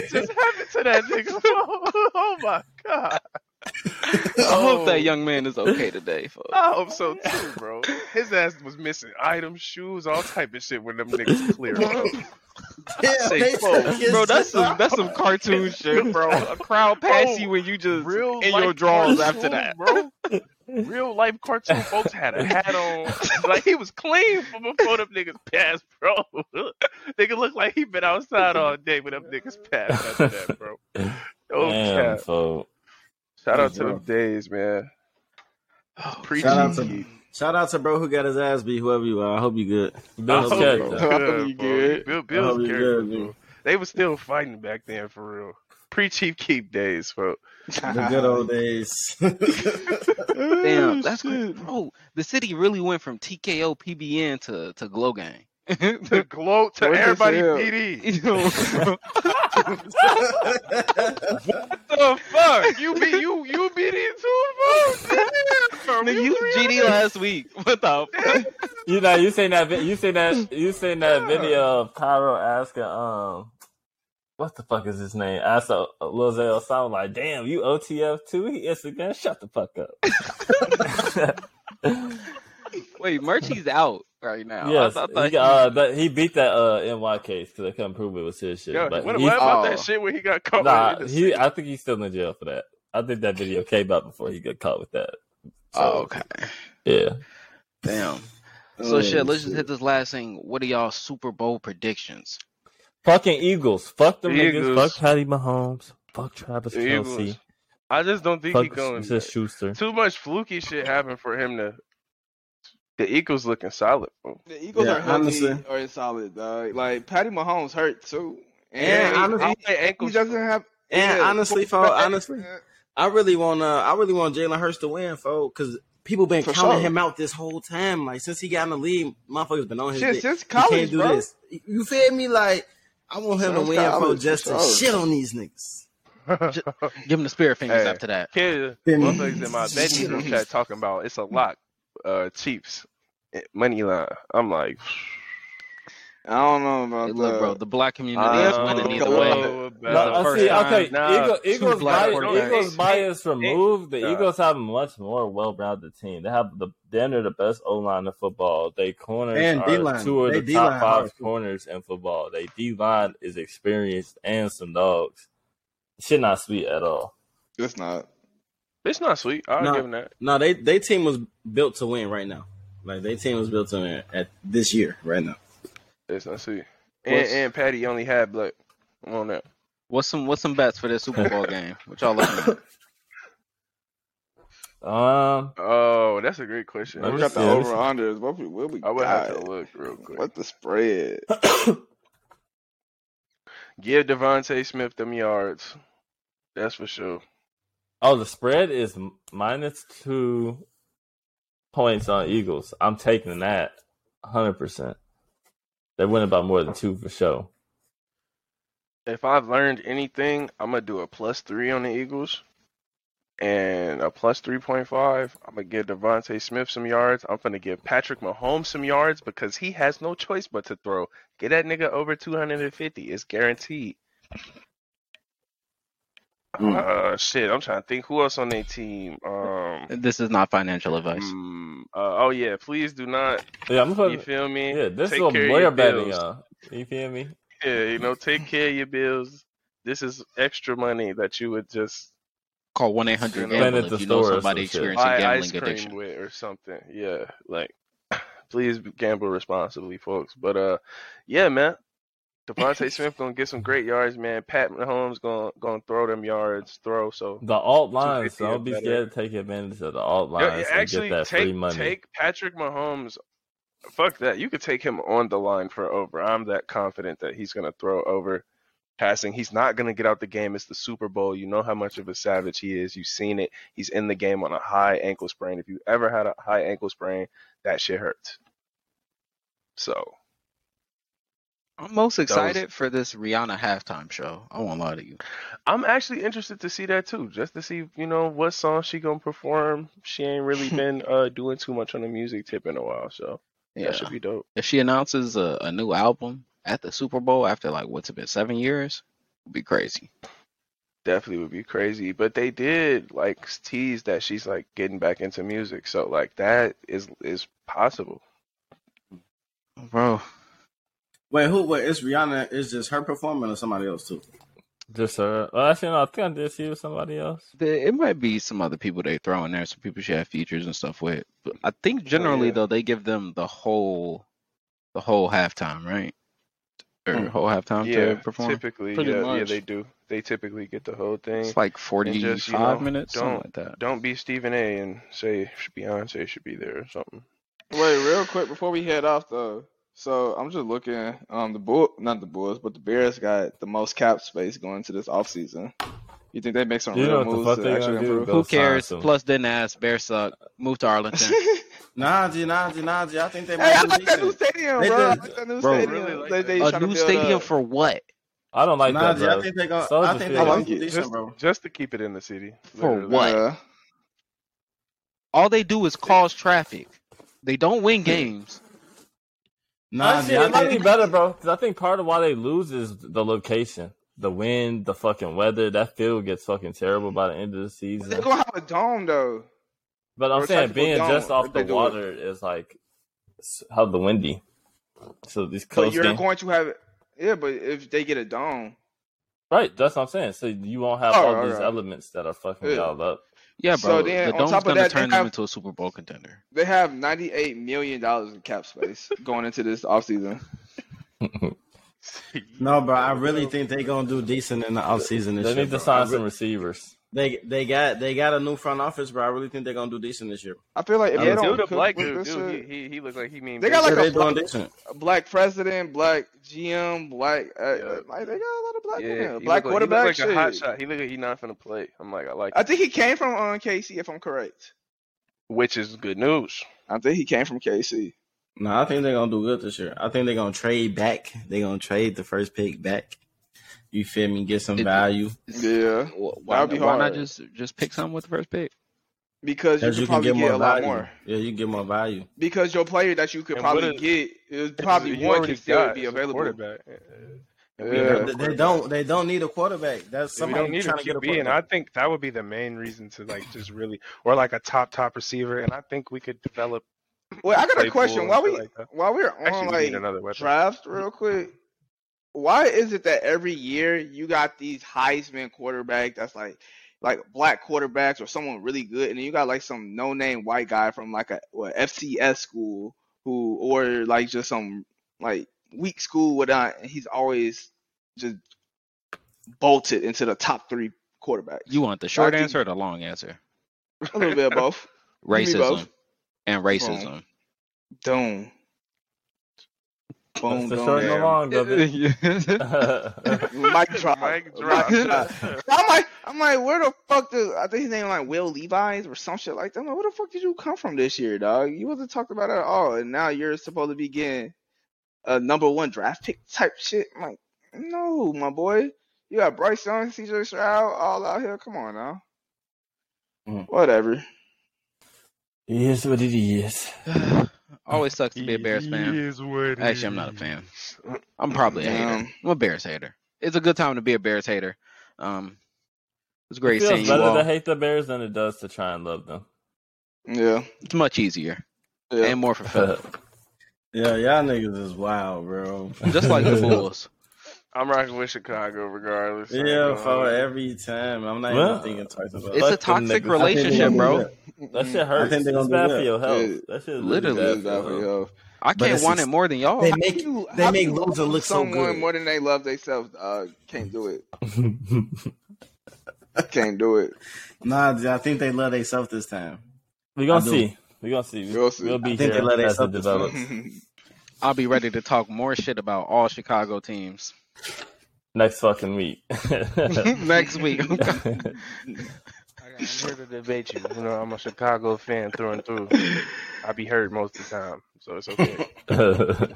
E: just happened to that nigga? <laughs> Oh, my god!
D: I hope that young man is okay today,
E: <laughs>
D: folks.
E: I hope so too, bro. His ass was missing items, shoes, all type of shit when them niggas clear, bro.
B: Damn,
E: say
B: they
E: four.
B: took his
D: Bro, that's
B: shit
D: some
B: off.
D: that's some cartoon shit, bro. A crowd
E: Bro,
D: pass you when you just <laughs>
E: Real
D: in
E: life
D: your drawers after
E: cartoon,
D: that.
E: bro.
D: <laughs>
E: Real life cartoon folks had a hat on, like he was clean from before them niggas passed, bro. <laughs> Nigga looked like he been outside all day when them niggas passed after
B: <laughs>
E: that, bro. Oh
A: Damn,
E: cap!
A: folk.
E: Shout out
B: That's
E: to them
B: rough.
E: days,
D: Oh,
E: man.
B: Shout out
E: Preaching.
B: to shout out to bro who got his ass beat. Whoever you are, I hope you good.
A: Bill's
B: Oh,
A: character.
C: bro. I hope you good.
E: Bill,
B: I hope
E: Bill's
B: you
E: character,
B: good, dude.
E: bro. They were still fighting back then for real. Pre Chief Keep days,
D: <laughs>
E: bro.
B: The good old days.
D: Damn, that's crazy. bro. The city really went from TKO PBN to to Glow Gang. <laughs>
E: To gloat to
C: What the
E: everybody
C: hell?
E: PD.
D: You know?
E: The fuck? You be you you BD
C: <laughs>
E: too, bro? Damn,
D: Nigga, you was GD last week. <laughs> What the fuck?
A: You know, you seen that. vi- You seen that. You seen that video of Cairo asking, um, what the fuck is his name? I saw Lil Zell sound like, damn, you OTF too? He Instagram, shut the fuck up.
D: Wait, Merchie's out right now.
A: yes,
D: I, I
A: he,
D: thought he,
A: uh, that, he beat that uh NY case because I couldn't prove it was his shit.
E: Yo,
A: but
E: what,
A: he,
E: what <laughs> about
D: Oh.
E: that shit when he got caught
A: nah,
E: with it?
A: he. I think he's still in jail for that. I think that video Oh, came out before he got caught with that. So
D: Oh, okay.
A: yeah,
D: Damn. So
B: Oh,
D: shit, let's just
B: shit.
D: hit this last thing. What are y'all Super Bowl predictions?
A: Fucking Eagles. Fuck them niggas.
E: Eagles.
A: Fuck Patty Mahomes. Fuck Travis
E: The Eagles.
A: Kelsey.
E: I just don't think he's
A: Fuck
E: going.
A: Smith Schuster.
E: Too much fluky shit happened for him to. The Eagles looking solid, bro.
C: The Eagles
B: Yeah,
C: are healthy
B: honestly.
C: or solid, dog. Like Patty Mahomes hurt too,
B: Yeah,
C: and
B: honestly,
E: I'll play
C: he,
E: ankle.
C: he doesn't have.
B: And
C: yeah,
B: honestly,
C: but-
B: fo,
C: but-
B: honestly, I really want uh, I really want Jalen Hurts to win, fo, because people been
C: For
B: counting
C: sure.
B: him out this whole time. Like since he got in the league, motherfuckers been on his
C: Shit,
B: dick.
C: since
B: he
C: college,
B: can't do
C: bro.
B: this. You feel me? Like I want him to
C: Since
B: win, fo,
C: college,
B: just to
C: for sure.
B: shit on these niggas.
D: Give him the spirit fingers
E: Hey.
D: after that.
E: <laughs> Kid,
B: Been-
E: motherfuckers in my betting group chat talking about it's a lock. Uh, Chiefs eh, money line. I'm like,
C: I don't know about
D: Hey,
C: that.
D: look, bro, the black community
E: I
D: is
C: Uh,
E: don't
D: winning either
E: know
D: way.
E: about
D: Nah,
A: No,
D: the
A: I
D: first
A: see,
D: time.
A: okay,
E: Nah,
A: Eagle,
E: two
A: Eagles,
E: black
A: bias,
E: quarterbacks.
A: Eagles bias removed. The
E: Nah.
A: Eagles have a much more well-rounded team. They have the damn near the best O line in football. They corners
B: And
A: are
B: D-line.
A: two of
B: They
A: the top
B: D-line
A: five
B: hard, too.
A: corners in football. They D line is experienced and some dogs. Shit not sweet at all.
C: It's not.
E: It's not sweet. I'll
B: Nah.
E: give him that.
B: No, they they team was built to win right now. Like they team was built to win at this year right <coughs> now.
E: It's not sweet. And,
D: What's-
E: and Patty only had black. Come on now.
D: What's some what's some bets for this Super
E: <laughs>
D: Bowl game? What y'all looking at?
A: Um,
E: Oh, that's a great question.
A: Let
C: We
A: me
C: got
A: see,
C: the
A: let me
C: over
A: see.
C: unders. What we what we
E: I would have to
C: got?
E: look real quick.
C: What the spread?
E: Give Devontae Smith them yards. That's for sure.
A: oh, the spread is m- minus two points on Eagles. I'm taking that 100. percent They winning by more than two for sure.
E: If I've learned anything, I'm gonna do a plus three on the Eagles and a plus three point five. I'm gonna give Devontae Smith some yards. I'm gonna give Patrick Mahomes some yards because he has no choice but to throw. Get that nigga over 250. It's guaranteed.
A: Hmm.
B: Mm.
E: Uh, shit. I'm trying to think who else on their team. Um,
D: This is not financial advice.
E: mm, uh, oh yeah. Please do not.
A: Yeah, I'm
E: You
A: putting.
E: feel me?
A: Yeah, this
E: Take
A: is what
E: care of your
A: we're betting
E: bills.
A: on. You feel me?
E: Yeah, you
D: <laughs>
E: know, take care of your bills. This is extra money that you would just
D: Call one eight hundred
E: Spend
A: at
D: gamble
A: the
D: if you know
A: store or
D: somebody
A: some shit.
D: experiencing
E: buy
D: gambling
E: ice cream
D: addiction.
E: with or something. Yeah, like <laughs> please gamble responsibly, folks. But uh,
D: <laughs>
E: yeah, man, Devontae Smith gonna get some great yards, man. Pat Mahomes gonna gonna throw them yards, throw. So
A: The alt lines. So
E: 250 or
A: don't be
E: better.
A: scared to take advantage of the alt
E: Yeah,
A: lines
E: actually,
A: and get that free
E: take
A: money.
E: take Patrick Mahomes. Fuck that. You could take him on the line for over. I'm that confident that he's gonna throw over passing. He's not gonna get out the game. It's the Super Bowl. You know how much of a savage he is. You've seen it. He's in the game on a high ankle sprain. If you ever had a high ankle sprain, that shit hurts. So
D: I'm most excited for this Rihanna halftime show. I won't lie to you.
E: I'm actually interested to see that too, just to see you know what song she gonna perform. She
A: <laughs>
E: ain't really been uh doing too much on the music tip in a while, so
D: Yeah.
E: that should be dope.
D: If she announces a, a new album at the Super Bowl after like what's it been seven years, it'd be crazy.
E: definitely would be crazy. But they did like tease that she's like getting back into music, so like that is is possible.
D: Bro,
B: Wait, who? Wait, it's Rihanna. It's just her performing or somebody else too.
A: Just uh, well, actually, no, I think I did see it with somebody else.
D: there, it might be some other people they throw in there, some people she had features and stuff with. But I think
C: Oh,
D: generally
E: yeah.
D: though they give them the whole, the whole halftime, right? Or
C: Hmm.
B: Mm.
D: whole halftime to
E: yeah,
D: perform.
E: typically,
D: Pretty
E: yeah, yeah,
D: much.
E: they do. They typically get the whole thing.
D: It's like
E: you
D: forty-five
E: know,
D: minutes, something
E: don't-
D: like that.
E: Don't be Stephen A. and say Beyonce should be there or something.
C: Wait, real quick before we head off though. So I'm just looking. Um, the bull, not the Bulls, but the Bears got the most cap space going to this offseason. You think they make some
A: You know
C: real
A: what the
C: moves
A: fuck
C: to
A: they
C: actually
A: gonna do,
C: improve?
A: go
D: Who
A: sign
D: cares?
A: some-
D: Plus, didn't ask. Bear suck. Move
C: <laughs>
D: to Arlington.
B: Najee, Najee, Najee. I think they
C: Hey,
B: might
C: I
B: be
C: like that new
B: decent.
C: stadium,
B: They
C: bro. I
B: did-
C: like that new
D: Bro,
C: stadium.
E: really like
C: they, they
E: that.
D: A
C: tryna
D: new
C: build up.
D: stadium for what?
A: I don't like that,
B: Najee,
A: bro.
B: I think they go.
A: Soldier
B: I think they
A: Field.
C: I
B: go
C: like it.
B: decent,
E: Just,
B: bro.
E: just to keep it in the city.
D: For
E: literally. <laughs>
D: what?
C: Yeah.
D: All they do is cause traffic. They don't
C: Hmm.
D: win games.
A: Actually,
B: Najee,
A: it
B: I
A: might be
B: think.
A: better, bro. 'cause I think part of why they lose is the location, the wind, the fucking weather. That field gets fucking terrible by the end of the
C: They're
A: season.
C: gonna have a dome though.
A: But I'm
C: Or
A: saying
C: tactical
A: being just
C: dome,
A: off
C: if
A: the
C: they do it.
A: water is like s- how the windy. So these
C: But
A: close
C: you're
A: games,
C: going to have yeah, but if they get a dome.
A: right? That's what I'm saying. So you won't have
C: All
A: all
C: right, Oh, all
A: these
C: right.
A: elements that are fucking
C: Yeah.
A: y'all up.
D: Yeah, bro.
C: So then,
D: the
C: on
D: dome's
C: top of
D: gonna
C: that, they
D: turn
C: have-
D: them into a Super Bowl contender.
C: They have ninety eight million dollars in cap space going into this offseason.
B: No, bro, I really think they're gonna do decent in the offseason this
A: They
B: year.
A: need to
B: bro.
A: sign
B: I
A: some
B: re-
A: receivers.
B: They they got they got a new front office, bro. I really think they're gonna do decent this year.
C: I feel like if
B: Yeah,
C: they
B: dude,
C: don't
E: Dude, the
C: cook
E: black
C: with
E: dude,
C: this
E: dude,
C: shit-
E: he, he, he looked like he mean.
C: They got like
B: Yeah,
C: a
B: they doing
C: black-
B: decent.
C: a black president, black GM, black uh,
E: Yeah.
C: like they got a lot of black in
E: yeah,
C: there. Black
E: he looked like,
C: quarterback
E: he looked like a hot
C: shit.
E: shot. He looked like he not finna play. I'm like, I like,
C: I think he came from on KC if I'm correct.
E: it. which is good news.
C: I think he came from KC.
B: No, I think they're gonna do good this year. I think they're gonna trade back. They're gonna trade the first pick back. You feel me? Get some
D: It-
B: value.
C: Yeah.
D: Wh- Why,
C: That'd be
D: why not
C: hard.
D: just just pick something with the first pick?
C: Because you
B: As
C: could
B: you can
C: probably
B: get
C: get,
B: more
C: a lot
B: value.
C: more.
B: Yeah, you get more value.
C: Because your player that you could
E: And
C: probably
E: what is-
C: get
E: <laughs>
C: is probably
E: You
C: one
E: already
C: can still
E: got
C: be
E: is a
C: available.
E: quarterback. Yeah.
C: Yeah.
E: have a
B: They- They
E: quarterback.
B: don't. They don't need a quarterback. That's
F: we
B: somebody
F: don't need a
B: trying to get a
F: QB, and I
B: quarterback.
F: think that would be the main reason to like just really, or like a top top receiver. And I think we could
E: <clears throat>
F: develop.
C: Well, I got a
F: Claypool
C: question.
F: and
C: While
F: shit
C: we
F: like that.
C: while we're
F: actually
C: on
F: we need
C: like
F: another weapon.
C: draft real quick. Why is it that every year you got these Heisman quarterback that's like like black quarterbacks or someone really good, and then you got like some no name white guy from like a what, FCS school who or like just some like weak school without and he's always just bolted into the top three quarterbacks.
D: You want the short
C: think-
D: answer or the long answer?
C: a little bit of both. Give me
D: Racism
C: both.
D: and racism.
C: Doom.
A: That's
C: Boom,
A: the
C: doom,
A: short and the
C: doom.
A: long of
F: <laughs>
A: it.
C: Mic drop.
E: Mic
C: Mic drop.
E: drop.
C: I'm like, I'm like, where the fuck did I think his name like Will Levi's or some shit like that? I'm like, where the fuck did you come from this year, dog? You wasn't talked about at all, and now you're supposed to be getting a number one draft pick type shit. I'm like, no, my boy, you got Bryce Young, C.J. Stroud, all out here. Come on now,
B: Mm.
C: whatever.
A: He is what <laughs> it is.
D: <laughs> Always sucks to be a Bears fan. Actually, I'm not a fan. I'm probably a hater.
C: Damn.
D: I'm a Bears hater. It's a good time to be a Bears hater. Um, it's
A: It
D: great seeing
A: feels
D: you
A: better
D: all.
A: to hate the Bears than it does to try and love
B: <laughs>
A: them.
C: Yeah,
D: It's much easier
C: yeah.
D: and more fulfilling.
A: <laughs>
B: Yeah, y'all niggas is wild, <laughs> bro.
D: Just like the Bulls.
E: I'm rocking with Chicago regardless. I ain't
B: Yeah,
E: gonna
B: for
E: hold you.
B: every time. I'm not
A: Well,
B: even thinking twice about
D: It's
A: Fuck
D: a
A: them
D: toxic
A: niggas. I think
B: they
D: relationship,
B: gonna do
D: bro.
B: that.
A: That shit
B: I
A: hurts.
B: think they're
A: It's
B: gonna do
A: bad
B: that.
A: for your health.
C: Yeah.
A: That shit is
D: Literally
A: really
C: It's
A: bad for
C: bad for
A: your health.
C: you.
D: I can't
B: it's
D: want it
B: ex-
D: more than y'all.
B: They
C: How
B: make
C: you-
B: they
C: how
B: make
C: you love
B: loser look so
C: someone
B: good.
C: more than they love themselves. Uh, can't do it. <laughs> Can't do it.
B: Nah, I think they love themselves this time.
A: We're
B: I
A: gonna
B: do.
A: see. We're gonna see.
C: We'll see.
A: We'll be
B: I think
A: here
B: they let it
A: as it
B: suck this
A: develops.
D: <laughs>
C: <laughs>
D: I'll be ready to talk more shit about all Chicago teams
A: Next fucking
C: <laughs>
A: week.
D: <laughs>
A: <laughs>
D: next week. <laughs>
E: I'm here to debate you. You know, I'm a Chicago fan through and through. I be hurt most of the time, so it's okay.
F: <laughs>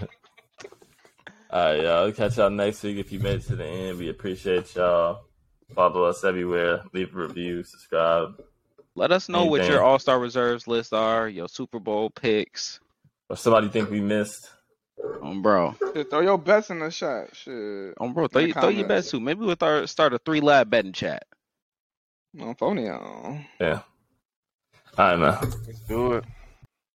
A: alright y'all. We'll catch y'all next week if you made it to the end. We appreciate y'all. Follow us everywhere. Leave a review. Subscribe.
D: Let us know what
A: Anything.
D: your All Star reserves list are, your Super Bowl picks,
A: Or somebody think we missed.
D: um, bro.
C: Shit, Throw your best in the shot. Shit.
D: Um, bro, throw,
C: In the
D: you, throw your
C: comments.
D: bets too. Maybe we'll start, start a three lab betting chat.
C: I'm phony on.
A: Yeah. All right, man.
E: Let's do it.